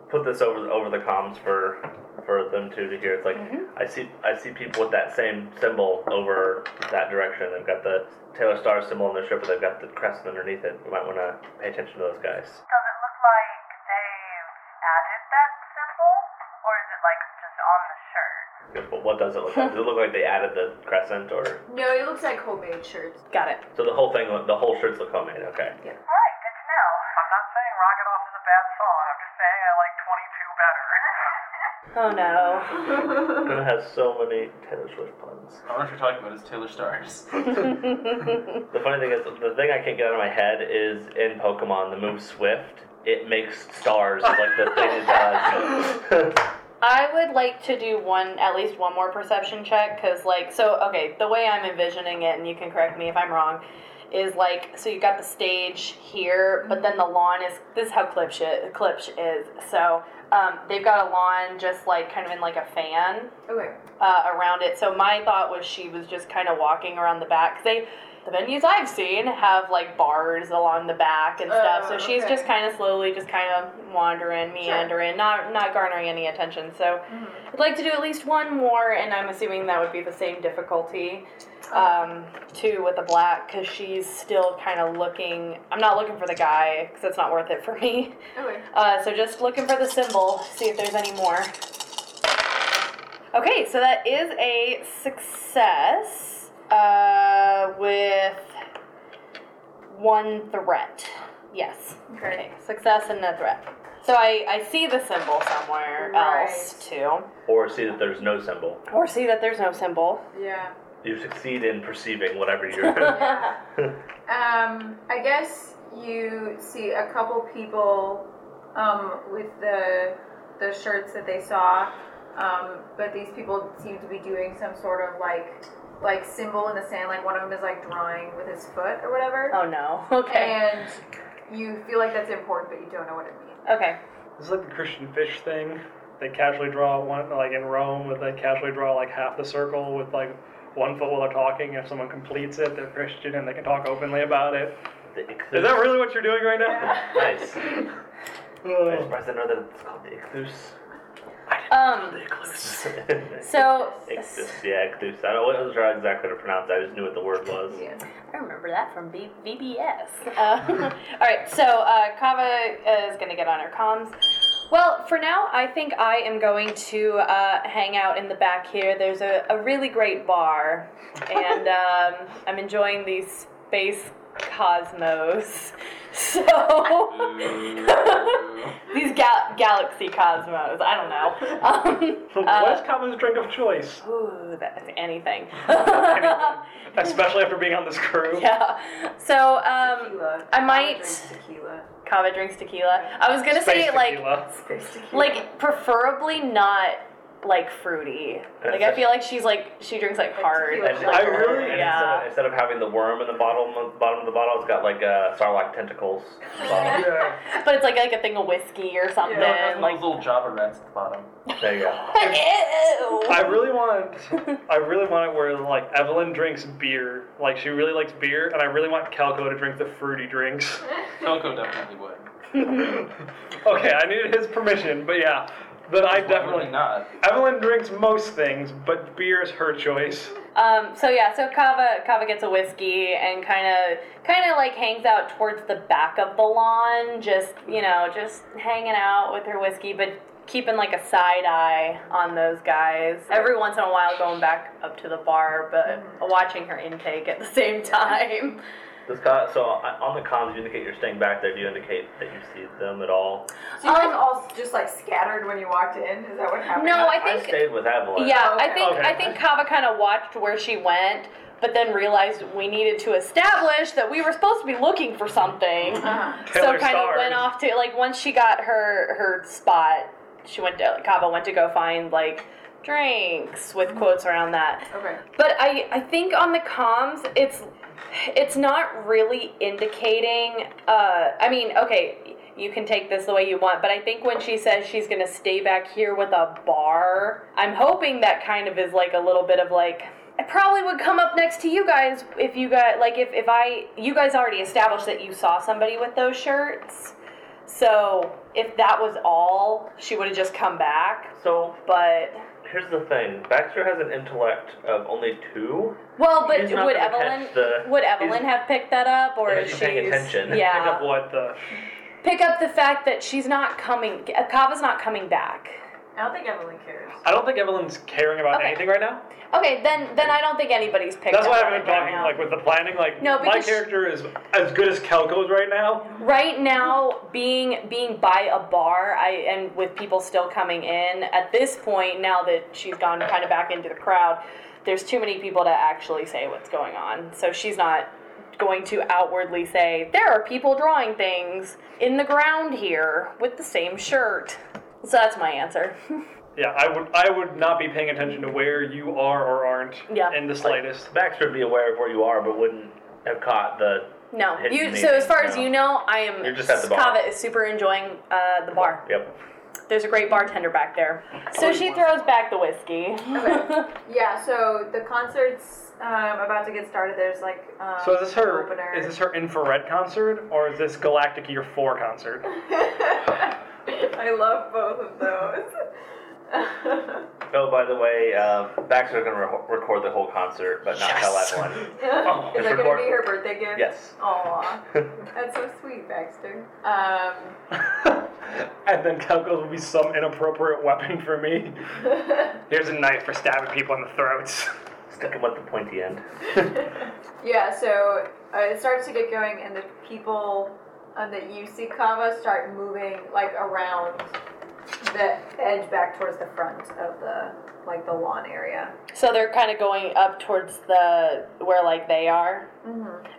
Speaker 6: put this over over the comms for for them two to hear. It's like I see I see people with that same symbol over that direction. They've got the Taylor Star symbol on their shirt, but they've got the crescent underneath it. We might want to pay attention to those guys.
Speaker 7: Does it look like they've added that symbol? Or is it like just on the shirt?
Speaker 6: But what does it look like? Does it look like they added the crescent, or
Speaker 3: No, it looks like homemade shirts.
Speaker 4: Got it.
Speaker 6: so the whole thing? The whole shirts look homemade. Okay.
Speaker 7: Alright, good to know. I'm not saying Rocket Off is a bad song, I'm just saying I like 22 better.
Speaker 4: Oh no.
Speaker 6: It has so many Taylor Swift puns.
Speaker 5: I don't know if you're talking about is Taylor Stars.
Speaker 6: The funny thing is, the thing I can't get out of my head is in Pokemon, the move Swift, it makes stars is like the thing it does.
Speaker 4: I would like to do one, at least one more perception check, because, like, so, okay, the way I'm envisioning it, and you can correct me if I'm wrong, is like, so you got the stage here, but then the lawn is, this is how clip shit, clip sh- is. So, um, they've got a lawn just like kind of in like a fan
Speaker 3: Okay.
Speaker 4: uh, around it. So, my thought was she was just kind of walking around the back, 'cause they, the venues I've seen have like bars along the back and stuff.
Speaker 3: Oh,
Speaker 4: so she's
Speaker 3: okay.
Speaker 4: just kind of slowly, just kind of wandering, meandering, not not garnering any attention. So
Speaker 3: Mm-hmm.
Speaker 4: I'd like to do at least one more, and I'm assuming that would be the same difficulty.
Speaker 3: Oh.
Speaker 4: Um, two with a black, because she's still kind of looking. I'm not looking for the guy, because it's not worth it for me.
Speaker 3: Okay.
Speaker 4: Uh, so just looking for the symbol, see if there's any more. Okay, so that is a success uh, with one threat. Yes.
Speaker 3: Okay.
Speaker 4: Okay, success and no threat. So I, I see the symbol somewhere
Speaker 3: Right.
Speaker 4: else too.
Speaker 6: or see that there's no symbol.
Speaker 4: Or see that there's no symbol.
Speaker 3: Yeah.
Speaker 6: You succeed in perceiving whatever you're.
Speaker 3: Yeah. um, I guess you see a couple people um, with the the shirts that they saw, um, but these people seem to be doing some sort of like like symbol in the sand. Like one of them is like drawing with his foot or whatever,
Speaker 4: Oh no. Okay.
Speaker 3: and you feel like that's important, but you don't know what it means.
Speaker 4: Okay.
Speaker 2: This is like the Christian fish thing. They casually draw one, like in Rome, where they casually draw like half the circle with like one foot while they're talking. If someone completes it, they're Christian and they can talk openly about it. Is that really what you're doing right now?
Speaker 6: nice? I'm
Speaker 2: Ugh.
Speaker 6: surprised I know that it's called the Ictus.
Speaker 4: Um. So
Speaker 6: Ictus, yeah, Ictus. I wasn't sure exactly how to pronounce it, I just knew what the word was.
Speaker 3: Yeah.
Speaker 4: I remember that from B- VBS. Uh, all right, so uh, Kava is going to get on her comms. Well, for now, I think I am going to uh, hang out in the back here. There's a, a really great bar, and um, I'm enjoying these space cosmos. So these gal- galaxy cosmos. I don't know. Um,
Speaker 2: what
Speaker 4: uh,
Speaker 2: is Kama's drink of choice?
Speaker 4: ooh, that's anything.
Speaker 2: Especially after being on this crew.
Speaker 4: yeah. So um,
Speaker 3: Tequila.
Speaker 4: I might-
Speaker 3: Drinks tequila.
Speaker 4: Kava drinks tequila. I was gonna
Speaker 2: Space
Speaker 4: say like
Speaker 2: tequila.
Speaker 3: Space tequila.
Speaker 4: like preferably not like fruity. Like I feel like she's like she drinks like hard.
Speaker 3: Like
Speaker 6: And
Speaker 3: tequila.
Speaker 4: Like,
Speaker 2: I really-
Speaker 6: and
Speaker 4: yeah.
Speaker 6: instead, of, instead of having the worm in the bottom of, bottom of the bottle, it's got like uh, Sarlacc tentacles. in the bottom.
Speaker 2: Yeah.
Speaker 4: But it's like like a thing of whiskey or something.
Speaker 5: No, it has
Speaker 4: Like
Speaker 5: those little Java rats at the bottom.
Speaker 6: There you go.
Speaker 4: ew.
Speaker 2: I really want, I really want it where like Evelyn drinks beer, like she really likes beer, and I really want Calco to drink the fruity drinks.
Speaker 5: Coco definitely would.
Speaker 2: Okay, I needed his permission, but yeah, then I definitely
Speaker 5: Probably not.
Speaker 2: Evelyn drinks most things, but beer is her choice.
Speaker 4: Um, so yeah, so Kava Kava gets a whiskey and kind of kind of like hangs out towards the back of the lawn, just you know, just hanging out with her whiskey, but keeping like a side eye on those guys. Every once in a while, going back up to the bar, but watching her intake at the same time.
Speaker 6: This co- so uh, on the comms, you indicate you're staying back there. Do you indicate that you see them at all?
Speaker 3: So you guys all just like scattered when you walked in? Is that what happened?
Speaker 4: um, No, I
Speaker 6: I
Speaker 4: think
Speaker 6: stayed with Evelyn.
Speaker 4: Yeah,
Speaker 3: Okay.
Speaker 4: I think
Speaker 2: Okay.
Speaker 4: I think Kava kind of watched where she went, but then realized we needed to establish that we were supposed to be looking for something.
Speaker 2: Taylor
Speaker 4: so kind of
Speaker 2: Stars.
Speaker 4: went off to like once she got her her spot, she went to Kava went to go find like drinks with quotes around that.
Speaker 3: Okay.
Speaker 4: But I I think on the comms it's it's not really indicating uh I mean, okay, you can take this the way you want, but I think when she says she's going to stay back here with a bar, I'm hoping that kind of is like a little bit of like I probably would come up next to you guys if you got like if if I you guys already established that you saw somebody with those shirts. So, if that was all, she would have just come back,
Speaker 6: So
Speaker 4: but
Speaker 6: here's the thing: Baxter has an intellect of only two.
Speaker 4: Well, but
Speaker 6: He's not
Speaker 4: would
Speaker 6: gonna
Speaker 4: Evelyn
Speaker 6: catch the-
Speaker 4: would Evelyn have picked that up, or
Speaker 6: Yeah,
Speaker 4: is
Speaker 6: she's
Speaker 4: she
Speaker 6: paying attention.
Speaker 4: Yeah,
Speaker 2: Pick up what the
Speaker 4: the fact that she's not coming. Kava's not coming back.
Speaker 3: I don't think Evelyn cares.
Speaker 2: I don't think Evelyn's caring about
Speaker 4: Okay.
Speaker 2: anything right now.
Speaker 4: Okay, then then I don't think anybody's picked.
Speaker 2: That's
Speaker 4: up
Speaker 2: why
Speaker 4: on
Speaker 2: I've been
Speaker 4: it right
Speaker 2: talking
Speaker 4: now.
Speaker 2: like with the planning. Like
Speaker 4: No,
Speaker 2: my
Speaker 4: because-
Speaker 2: character is as good as Calco's right now.
Speaker 4: right now being being by a bar I and with people still coming in at this point now that she's gone kind of back into the crowd there's too many people to actually say what's going on so she's not going to outwardly say there are people drawing things in the ground here with the same shirt so that's my answer
Speaker 2: Yeah, I would I would not be paying attention to where you are or aren't
Speaker 4: Yeah.
Speaker 2: in the slightest.
Speaker 6: Baxter would be aware of where you are, but wouldn't have caught the.
Speaker 4: no
Speaker 6: Hidden
Speaker 4: you
Speaker 6: meaning,
Speaker 4: so as far as
Speaker 6: no.
Speaker 4: you know I am
Speaker 6: You're just at the bar.
Speaker 4: Kava is super enjoying uh, the bar
Speaker 6: Yep.
Speaker 4: There's a great bartender back there. So she throws back the whiskey.
Speaker 3: Yeah, so the concert's um, about to get started. There's like um,
Speaker 2: So is this her
Speaker 3: opener.
Speaker 2: is this her infrared concert or is this Galactic Year Four concert?
Speaker 3: I love both of those.
Speaker 6: Oh, by the way, uh, Baxter's gonna re- record the whole concert, but not
Speaker 2: Yes.
Speaker 6: tell Evelyn.
Speaker 3: Is that gonna be her birthday gift?
Speaker 6: Yes.
Speaker 3: Aw, that's so sweet, Baxter. Um,
Speaker 2: and then Calco's will be some inappropriate weapon for me. Here's a knife for stabbing people in the throats.
Speaker 6: Stick him with the pointy end.
Speaker 3: Yeah, so uh, it starts to get going, and the people uh, that you see Kava start moving like around the edge back towards the front of the like the lawn area.
Speaker 4: so they're kind of going up towards the where like they are.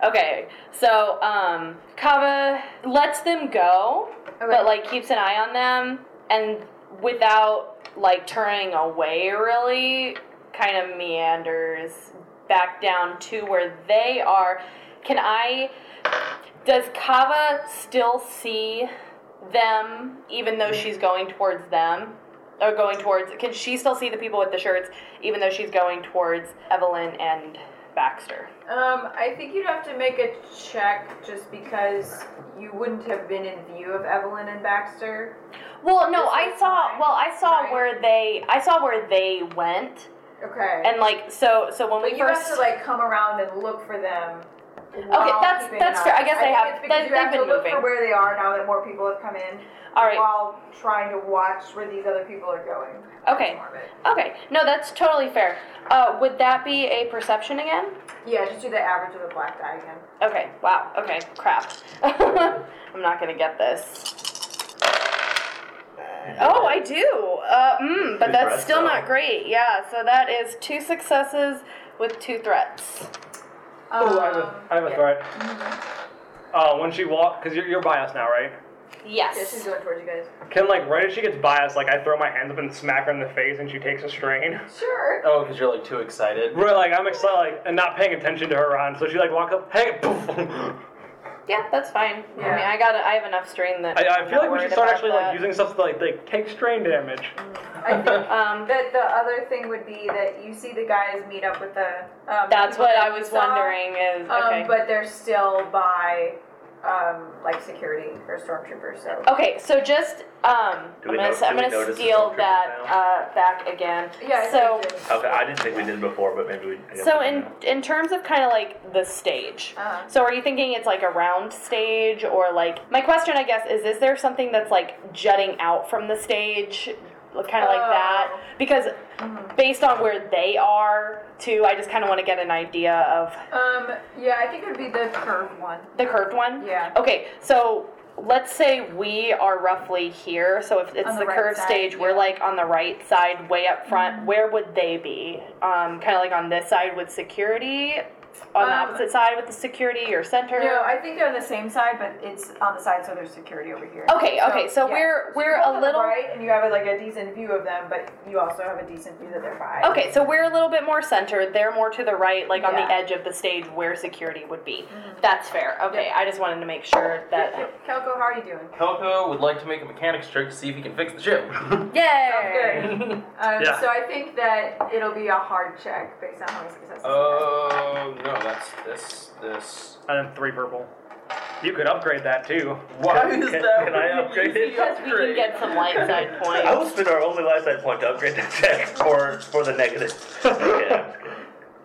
Speaker 4: Okay. So um, Kava lets them go, but like keeps an eye on them, and without like turning away, really kind of meanders back down to where they are. Can I? Does Kava still see them, even though she's going towards them? Or going towards, can she still see the people with the shirts, even though she's going towards Evelyn and Baxter?
Speaker 3: Um, I think you'd have to make a check just because you wouldn't have been in view of Evelyn and Baxter.
Speaker 4: Well, no,
Speaker 3: This
Speaker 4: I
Speaker 3: is
Speaker 4: saw.
Speaker 3: fine,
Speaker 4: Well, I saw
Speaker 3: right?
Speaker 4: where they. I saw where they went,
Speaker 3: Okay.
Speaker 4: and like so. So when
Speaker 3: but
Speaker 4: we
Speaker 3: you
Speaker 4: first,
Speaker 3: have to like come around and look for them while
Speaker 4: that's-
Speaker 3: keeping
Speaker 4: that's
Speaker 3: an
Speaker 4: fair.
Speaker 3: eye-
Speaker 4: I guess they
Speaker 3: think
Speaker 4: have-
Speaker 3: it's because
Speaker 4: they-
Speaker 3: you have
Speaker 4: they've
Speaker 3: to
Speaker 4: been
Speaker 3: look for
Speaker 4: moving.
Speaker 3: where they are now that more people have come in.
Speaker 4: All right.
Speaker 3: While trying to watch where these other people are going.
Speaker 4: Okay.
Speaker 3: More of it.
Speaker 4: Okay, no, that's totally fair. Uh, would that be a perception again?
Speaker 3: Yeah, just do the average of the black die again.
Speaker 4: Okay, wow, okay, crap. I'm not gonna get this. Oh, I do. Uh, mm, but
Speaker 6: Two
Speaker 4: that's
Speaker 6: threats,
Speaker 4: still
Speaker 6: though.
Speaker 4: not great. Yeah, so that is two successes with two threats.
Speaker 2: Oh, I
Speaker 3: Um,
Speaker 2: have a, I have a
Speaker 3: yeah.
Speaker 2: threat. Uh, when she walk, because you're, you're biased now, right?
Speaker 3: Yeah, she's
Speaker 4: Yes.
Speaker 3: going towards you guys.
Speaker 2: Can like right as she gets biased, like I throw my hands up and smack her in the face, and she takes a strain.
Speaker 3: Sure.
Speaker 5: Oh, because you're like too excited.
Speaker 2: Right, like I'm excited, like and not paying attention to her on. So she like walk up, hey, poof.
Speaker 4: Yeah, that's fine. I
Speaker 3: Yeah.
Speaker 4: mean, I got. I have enough strain that.
Speaker 2: I, I
Speaker 4: I'm
Speaker 2: feel like
Speaker 4: not
Speaker 2: we should
Speaker 4: worried
Speaker 2: start
Speaker 4: about
Speaker 2: actually
Speaker 4: that.
Speaker 2: like using stuff to like, like take strain damage.
Speaker 3: I think
Speaker 4: Um,
Speaker 3: that the other thing would be that you see the guys meet up with the. Um,
Speaker 4: that's
Speaker 3: people
Speaker 4: what
Speaker 3: that
Speaker 4: I
Speaker 3: you
Speaker 4: was
Speaker 3: saw,
Speaker 4: wondering. Is okay.
Speaker 3: Um, but they're still by, um, like security or stormtroopers. So.
Speaker 4: Okay, so just um, I'm
Speaker 6: Do we
Speaker 4: gonna,
Speaker 6: know-
Speaker 4: s- I'm
Speaker 6: do we
Speaker 4: gonna
Speaker 6: notice the
Speaker 4: steal
Speaker 6: stormtrooper
Speaker 4: that
Speaker 6: now?
Speaker 4: uh, back again.
Speaker 3: Yeah. I
Speaker 4: So
Speaker 3: think they-
Speaker 6: Okay, I didn't think we did before, but maybe we. I guess
Speaker 4: so
Speaker 6: we
Speaker 4: in
Speaker 6: know.
Speaker 4: in terms of kind of like the stage.
Speaker 3: Uh,
Speaker 4: So are you thinking it's like a round stage or like my question I guess is is there something that's like jutting out from the stage kind of like that
Speaker 3: Oh.
Speaker 4: because
Speaker 3: mhm.
Speaker 4: based on where they are too I just kind of want to get an idea of
Speaker 3: Um. Yeah, I think it would be the curved one.
Speaker 4: the curved one.
Speaker 3: Yeah.
Speaker 4: Okay, so let's say we are roughly here. So if it's
Speaker 3: On the
Speaker 4: the,
Speaker 3: right
Speaker 4: curved
Speaker 3: side,
Speaker 4: stage, we're
Speaker 3: yeah. Mm-hmm.
Speaker 4: like on the right side, way up front. Where would they be? Um, kind of like on this side with security, on the
Speaker 3: Um,
Speaker 4: opposite side with the security or center.
Speaker 3: No, I think they're on the same side, but it's on the side, so there's security over here.
Speaker 4: okay, okay. So
Speaker 3: yeah.
Speaker 4: we're
Speaker 3: You're
Speaker 4: we're
Speaker 3: both
Speaker 4: a
Speaker 3: on the
Speaker 4: little.
Speaker 3: right, and you have like a decent view of them, but you also have a decent view that they're by.
Speaker 4: Okay, so we're a little bit more centered. They're more to the right, like on the
Speaker 3: Yeah. Mm-hmm.
Speaker 4: edge of the stage where security would be. That's fair. Okay, I just wanted to make sure that.
Speaker 3: Kelko, how are you doing?
Speaker 5: Kelko would like to make a mechanics check to see if he can fix the ship.
Speaker 4: Yay!
Speaker 3: Sounds Um,
Speaker 2: Yeah.
Speaker 3: So I think that it'll be a hard check based on how many successes. you have.
Speaker 5: Oh no, that's this this.
Speaker 2: And then three purple. You could upgrade that too.
Speaker 5: Why is
Speaker 6: Can-
Speaker 5: that?
Speaker 6: can I upgrade it?
Speaker 4: Because we can get some light side points.
Speaker 6: uh, I will spend our only lifeside point to upgrade that check for for the negative. yeah.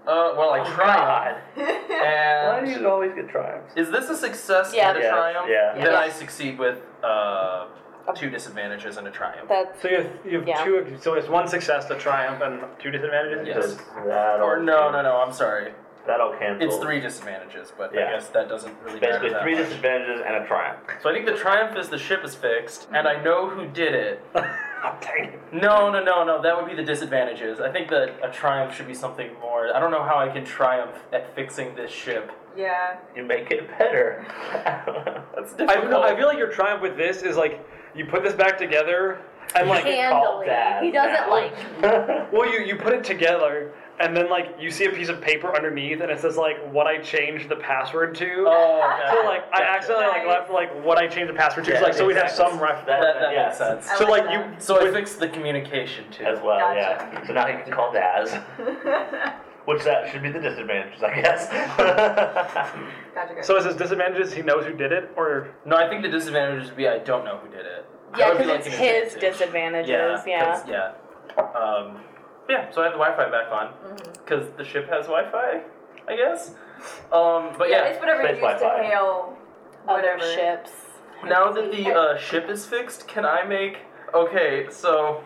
Speaker 5: Uh, well, I triumph.
Speaker 6: God. Why do
Speaker 5: And
Speaker 6: you always get triumphs?
Speaker 5: is this a success
Speaker 4: Yeah.
Speaker 5: and a
Speaker 6: Yes,
Speaker 5: triumph?
Speaker 6: yeah.
Speaker 5: Then
Speaker 4: Yeah.
Speaker 5: I succeed with uh, two disadvantages and a triumph.
Speaker 4: That's
Speaker 2: So you have, you have
Speaker 4: Yeah.
Speaker 2: two. So it's one success to triumph and two disadvantages.
Speaker 5: Yes.
Speaker 6: Does That all
Speaker 5: Or no, no, no. I'm sorry.
Speaker 6: That all cancels.
Speaker 5: It's three disadvantages, but
Speaker 6: Yeah.
Speaker 5: I guess that doesn't really
Speaker 6: Basically,
Speaker 5: matter.
Speaker 6: three
Speaker 5: that much.
Speaker 6: disadvantages and a triumph.
Speaker 5: So I think the triumph is the ship is fixed, and I know who did it.
Speaker 6: Dang it.
Speaker 5: No, no, no, no. That would be the disadvantages. I think that a triumph should be something more. I don't know how I can triumph at fixing this ship.
Speaker 3: Yeah.
Speaker 6: You make it better.
Speaker 5: That's
Speaker 2: I feel,
Speaker 5: difficult.
Speaker 2: I feel like your triumph with this is like you put this back together and like
Speaker 4: handily. He doesn't like.
Speaker 2: well you, you put it together and then like you see a piece of paper underneath and it says like what I changed the password to.
Speaker 5: Oh, gotcha.
Speaker 2: so like I
Speaker 5: Gotcha.
Speaker 2: accidentally like left like what I changed the password to.
Speaker 6: Yeah,
Speaker 2: so, like so we'd have
Speaker 6: exactly.
Speaker 2: some reference.
Speaker 6: That-
Speaker 5: That, that
Speaker 6: yeah.
Speaker 5: makes sense.
Speaker 3: I
Speaker 2: So
Speaker 3: like
Speaker 2: like you
Speaker 3: that.
Speaker 5: So I fixed the communication too.
Speaker 6: As well,
Speaker 3: Gotcha.
Speaker 6: yeah. So now you can call Daz,
Speaker 3: gotcha,
Speaker 6: which that should be the disadvantages, I guess.
Speaker 3: gotcha.
Speaker 2: So is his disadvantages he knows who did it or
Speaker 5: No, I think the disadvantage would be I don't know who did it.
Speaker 4: Yeah,
Speaker 5: That would be,
Speaker 4: because it's
Speaker 5: like, an
Speaker 4: his
Speaker 5: advantage.
Speaker 4: disadvantages.
Speaker 5: Yeah.
Speaker 4: Yeah.
Speaker 5: 'cause- yeah. Um, yeah. So I have the Wi-Fi back on
Speaker 4: Mm-hmm.
Speaker 5: because the ship has Wi-Fi, I guess. Um, but
Speaker 3: yeah,
Speaker 5: yeah,
Speaker 3: it's whatever you
Speaker 6: Space
Speaker 3: use
Speaker 6: Wi-Fi.
Speaker 3: to hail
Speaker 4: Other
Speaker 3: whatever.
Speaker 4: ships.
Speaker 5: now that the uh, ship is fixed, can I make? Okay, so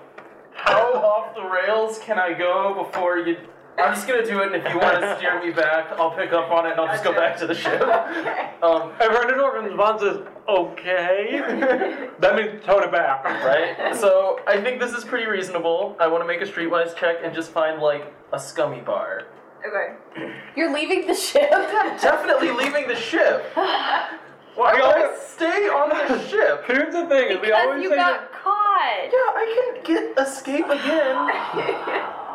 Speaker 5: how off the rails can I go before you? I'm just gonna do it, and if you want to steer me back, I'll pick up on it, and I'll just go back to the ship. Um,
Speaker 2: if Renador response is okay that means tone it back.
Speaker 5: right? So I think this is pretty reasonable. I want to make a streetwise check and just find like a scummy bar.
Speaker 3: Okay.
Speaker 4: You're leaving the ship.
Speaker 5: Definitely leaving the ship. Why
Speaker 2: We
Speaker 5: would
Speaker 2: all-
Speaker 5: I stay on the ship?
Speaker 2: Here's the thing, is we
Speaker 4: because
Speaker 2: always
Speaker 4: you
Speaker 2: say that-
Speaker 4: got caught.
Speaker 5: Yeah, I can get escape again.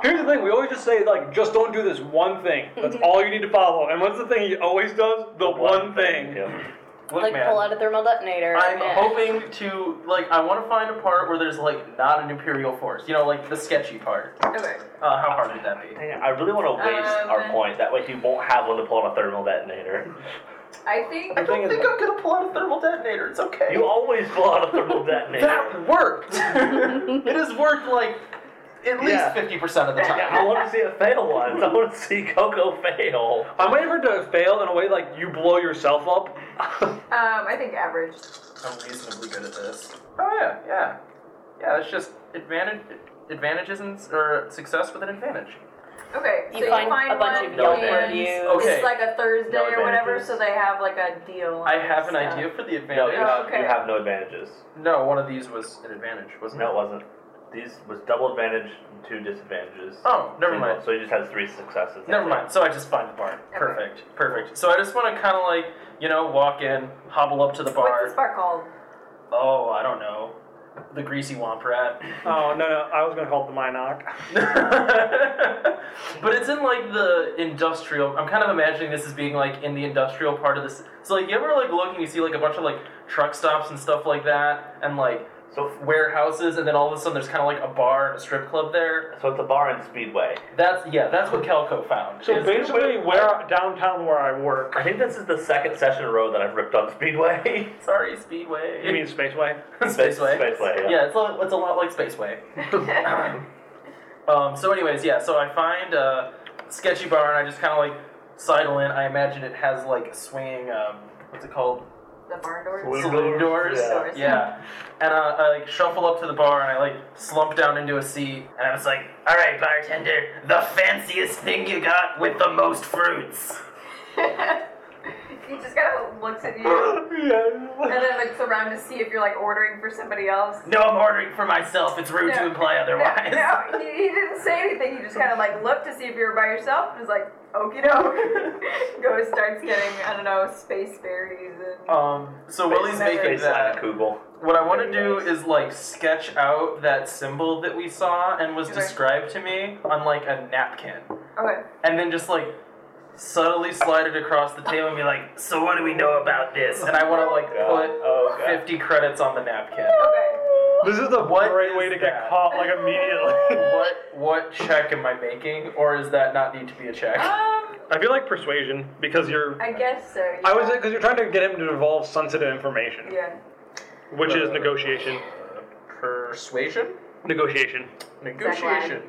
Speaker 2: Here's the thing, we always just say, like, just don't do this one thing. That's all you need to follow. And what's the thing he always does? The one thing.
Speaker 6: yeah.
Speaker 5: Look,
Speaker 4: Like
Speaker 5: man.
Speaker 4: pull out a thermal detonator.
Speaker 5: I'm
Speaker 4: and-
Speaker 5: hoping to like I want to find a part where there's like not an imperial force. You know, like the sketchy part. Uh,
Speaker 3: Okay.
Speaker 5: how hard would that be?
Speaker 6: Dang it, I really want to waste
Speaker 3: Um,
Speaker 6: our point. That way he won't have one to pull out a thermal detonator.
Speaker 3: I think. um,
Speaker 5: I don't think I'm gonna pull out a thermal detonator. It's okay.
Speaker 6: You always pull out a thermal detonator.
Speaker 5: that worked. it has worked like at least
Speaker 6: Yeah.
Speaker 5: fifty percent of the time.
Speaker 6: I want to see it fail once. I want to see Coco fail.
Speaker 2: I'm waiting for it to fail in a way like you blow yourself up. Oh,
Speaker 3: Um, I think average.
Speaker 5: I'm reasonably good at this. Oh yeah, yeah, yeah. It's just advantage, advantages and or success with an advantage.
Speaker 3: Okay,
Speaker 4: You
Speaker 3: so
Speaker 4: find
Speaker 3: you find
Speaker 4: a bunch
Speaker 3: one
Speaker 4: of
Speaker 6: No
Speaker 3: and
Speaker 4: keyword use.
Speaker 5: Okay.
Speaker 3: It's like a Thursday
Speaker 6: No
Speaker 3: or whatever,
Speaker 6: advantages.
Speaker 3: so they have like a deal.
Speaker 5: I have an idea for the
Speaker 6: No, you
Speaker 5: advantage.
Speaker 6: have,
Speaker 3: Okay.
Speaker 6: you have no advantages.
Speaker 5: No, one of these was an advantage, wasn't
Speaker 6: No,
Speaker 5: it?
Speaker 6: it wasn't. These was double advantage and two disadvantages.
Speaker 5: Oh, never mind.
Speaker 6: So he just has three successes.
Speaker 5: Never mind. So I just find the bar.
Speaker 3: Okay.
Speaker 5: Perfect. Perfect. So I just want to kind of like, you know, walk in, hobble up to the
Speaker 3: What's this bar
Speaker 5: bar.
Speaker 3: called?
Speaker 5: Oh, I don't know. The greasy womp rat.
Speaker 2: Oh no no! I was gonna call it the Minoc.
Speaker 5: but it's in like the industrial. I'm kind of imagining this as being like in the industrial part of this. So like you ever like look and you see like a bunch of like truck stops and stuff like that, and like
Speaker 6: So,
Speaker 5: warehouses, and then all of a sudden there's kind of like a bar and a strip club there.
Speaker 6: so it's a bar in Speedway.
Speaker 5: That's yeah, that's what Calco found.
Speaker 2: So
Speaker 5: Is-
Speaker 2: basically, where downtown where I work.
Speaker 6: I think this is the second session in a row that I've ripped on Speedway.
Speaker 5: sorry, Speedway.
Speaker 2: You mean Spaceway?
Speaker 5: Spaceway?
Speaker 6: Spaceway, yeah.
Speaker 5: it's, a, it's a lot like Spaceway. um, so, anyways, yeah, so I find a sketchy bar and I just kind of like sidle in. I imagine it has like swinging, um, what's it called?
Speaker 3: The barn doors?
Speaker 6: Saloon
Speaker 5: Saloon doors.
Speaker 6: doors,
Speaker 3: yeah.
Speaker 5: Yeah. And uh, I like shuffle up to the bar and I like slump down into a seat and I was like, all right, bartender, the fanciest thing you got with the most fruits.
Speaker 3: he just kind of looks at you and then looks around to see if you're like ordering for somebody else.
Speaker 5: No, I'm ordering for myself. It's rude to
Speaker 3: No.
Speaker 5: imply
Speaker 3: No,
Speaker 5: otherwise.
Speaker 3: no, he, he didn't say anything. He just kind of like looked to see if you were by yourself and was like, okie doke. Goes, starts getting, I don't know, space berries and.
Speaker 5: Um, so Willie's making
Speaker 6: Baseline
Speaker 5: that.
Speaker 6: and Kugel.
Speaker 5: What I want to
Speaker 6: Very
Speaker 5: do
Speaker 6: nice.
Speaker 5: is like sketch out that symbol that we saw and was
Speaker 3: Okay.
Speaker 5: described to me on like a napkin,
Speaker 3: Okay.
Speaker 5: and then just like subtly slide it across the table and be like, "So what do we know about this?" And I want to like
Speaker 6: God.
Speaker 5: put
Speaker 6: Oh, God.
Speaker 5: fifty credits on the napkin.
Speaker 3: Okay.
Speaker 2: This is the
Speaker 5: What
Speaker 2: great
Speaker 5: is
Speaker 2: way to
Speaker 5: that?
Speaker 2: get caught like immediately.
Speaker 5: What what check am I making, or is that not need to be a
Speaker 6: Uh,
Speaker 5: check?
Speaker 3: Um,
Speaker 2: I feel like persuasion because you're.
Speaker 3: I guess so.
Speaker 2: I
Speaker 3: yeah.
Speaker 2: was because you're trying to get him to divulge sensitive information,
Speaker 3: Yeah.
Speaker 2: which is negotiation.
Speaker 5: Persuasion,
Speaker 2: Negotiation.
Speaker 5: negotiation.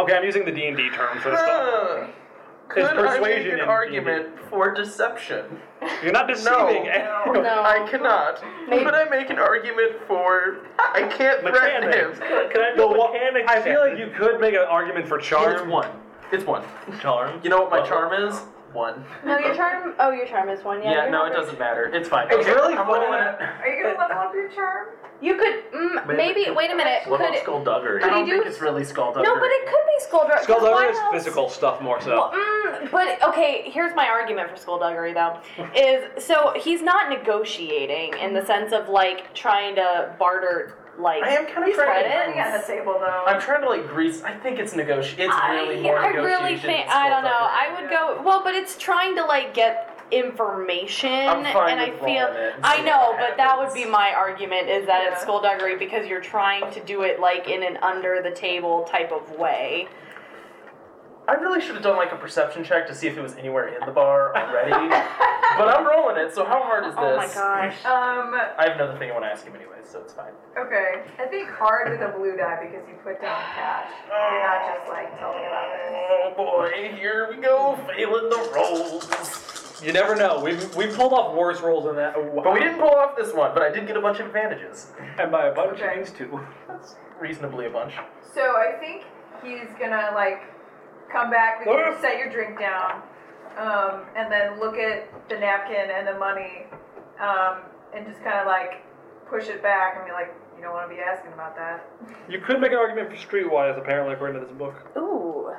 Speaker 2: Okay, I'm using the D and D term for this stuff.
Speaker 5: Uh,
Speaker 2: Is
Speaker 5: could I make
Speaker 2: persuasion in
Speaker 5: an
Speaker 2: D&D?
Speaker 5: argument for deception?
Speaker 2: You're not deceiving.
Speaker 5: no.
Speaker 4: No.
Speaker 5: I cannot.
Speaker 4: Maybe-
Speaker 5: But I make an argument for I can't threaten
Speaker 6: Mechanics.
Speaker 5: him.
Speaker 6: Can I
Speaker 2: The
Speaker 6: do
Speaker 2: wa-
Speaker 6: mechanics?
Speaker 2: I feel
Speaker 6: check?
Speaker 2: like you could make an argument for charm.
Speaker 5: It's one.
Speaker 6: charm.
Speaker 5: You know what my
Speaker 6: Well,
Speaker 5: charm is? One.
Speaker 4: No, your charm. Oh, your charm is one. Yeah.
Speaker 5: Yeah,
Speaker 4: you're
Speaker 5: no,
Speaker 4: not
Speaker 5: it
Speaker 4: very-
Speaker 5: doesn't matter. It's fine.
Speaker 2: It's really
Speaker 5: I'm
Speaker 2: funny.
Speaker 5: rolling it.
Speaker 3: Are you gonna level up your charm?
Speaker 4: You could mm,
Speaker 6: Wait,
Speaker 4: maybe.
Speaker 6: wait.
Speaker 4: Wait a minute.
Speaker 6: What
Speaker 4: could
Speaker 6: about skullduggery?
Speaker 5: I
Speaker 4: Could he
Speaker 5: don't
Speaker 4: do-
Speaker 5: think it's really skullduggery.
Speaker 4: no, but it could be skullduggery. 'cause why
Speaker 2: Skullduggery is
Speaker 4: else-
Speaker 2: physical stuff more so.
Speaker 4: Well, mm, but okay, here's my argument for skullduggery though. Is so he's not negotiating in the sense of like trying to barter like
Speaker 5: I am kind of
Speaker 4: He's
Speaker 5: trying
Speaker 4: red.
Speaker 5: to.
Speaker 3: Money on the table though.
Speaker 5: I'm trying to like grease. I think it's negotiation. It's really
Speaker 4: I,
Speaker 5: more
Speaker 4: I
Speaker 5: negotiation.
Speaker 4: really
Speaker 5: than
Speaker 4: think I don't know. I
Speaker 5: skullduggery.
Speaker 4: would go well, but it's trying to like get information,
Speaker 5: I'm fine
Speaker 4: and I
Speaker 5: with
Speaker 4: feel
Speaker 5: rolling it and
Speaker 4: I
Speaker 5: seeing
Speaker 4: know,
Speaker 5: what
Speaker 4: but that would
Speaker 5: happens.
Speaker 4: be my argument is that it's
Speaker 3: Yeah.
Speaker 4: skullduggery because you're trying to do it like in an under the table type of way.
Speaker 5: I really should have done like a perception check to see if it was anywhere in the bar already. but I'm rolling it. So how hard is this?
Speaker 4: Oh my gosh.
Speaker 3: Um.
Speaker 5: I have another thing I want to ask him anyway, so it's fine.
Speaker 3: Okay. I think hard with a blue die because you put down cash. You're not just like tell me about this.
Speaker 5: Oh boy, here we go, failing the rolls.
Speaker 2: You never know. We've we pulled off worse rolls than that.
Speaker 5: But we didn't pull off this one, but I did get a bunch of advantages.
Speaker 2: And by a bunch,
Speaker 3: Okay.
Speaker 2: means two.
Speaker 5: That's reasonably a bunch.
Speaker 3: So I think he's gonna like come back. We can set your drink down, um, and then look at the napkin and the money, um, and just kind of like push it back and be like, you don't want to be asking about that.
Speaker 2: You could make an argument for streetwise, apparently, according to this book.
Speaker 4: Ooh.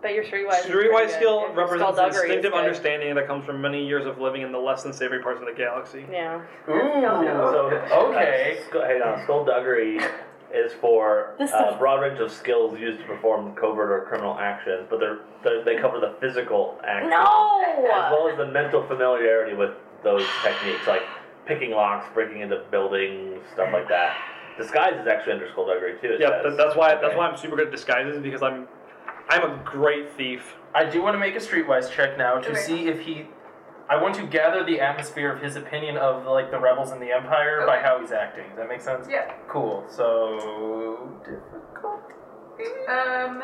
Speaker 4: But your streetwise. is pretty
Speaker 2: Streetwise
Speaker 4: good.
Speaker 2: skill
Speaker 4: Your
Speaker 2: represents
Speaker 4: skullduggery
Speaker 2: an
Speaker 4: is
Speaker 2: instinctive
Speaker 4: good.
Speaker 2: understanding that comes from many years of living in the less than savory parts of the galaxy.
Speaker 4: Yeah.
Speaker 5: Ooh.
Speaker 6: So,
Speaker 5: okay.
Speaker 6: Uh, sk- hang on. Skullduggery is for
Speaker 4: This
Speaker 6: uh,
Speaker 4: stuff-
Speaker 6: broad range of skills used to perform covert or criminal actions, but they're, they're they cover the physical action as
Speaker 4: No.
Speaker 6: well as the mental familiarity with those techniques, like picking locks, breaking into buildings, stuff like that. Disguise is actually under skullduggery too. it
Speaker 2: Yeah,
Speaker 6: says.
Speaker 2: that, that's why that's
Speaker 6: Okay.
Speaker 2: why I'm super good at disguises because I'm I'm a great thief.
Speaker 5: I do want to make a streetwise check now to
Speaker 3: Okay.
Speaker 5: see if he. I want to gather the atmosphere of his opinion of like the rebels in the Empire by
Speaker 3: Okay.
Speaker 5: how he's acting. Does that make sense?
Speaker 3: Yeah.
Speaker 5: Cool. So difficult.
Speaker 3: Um,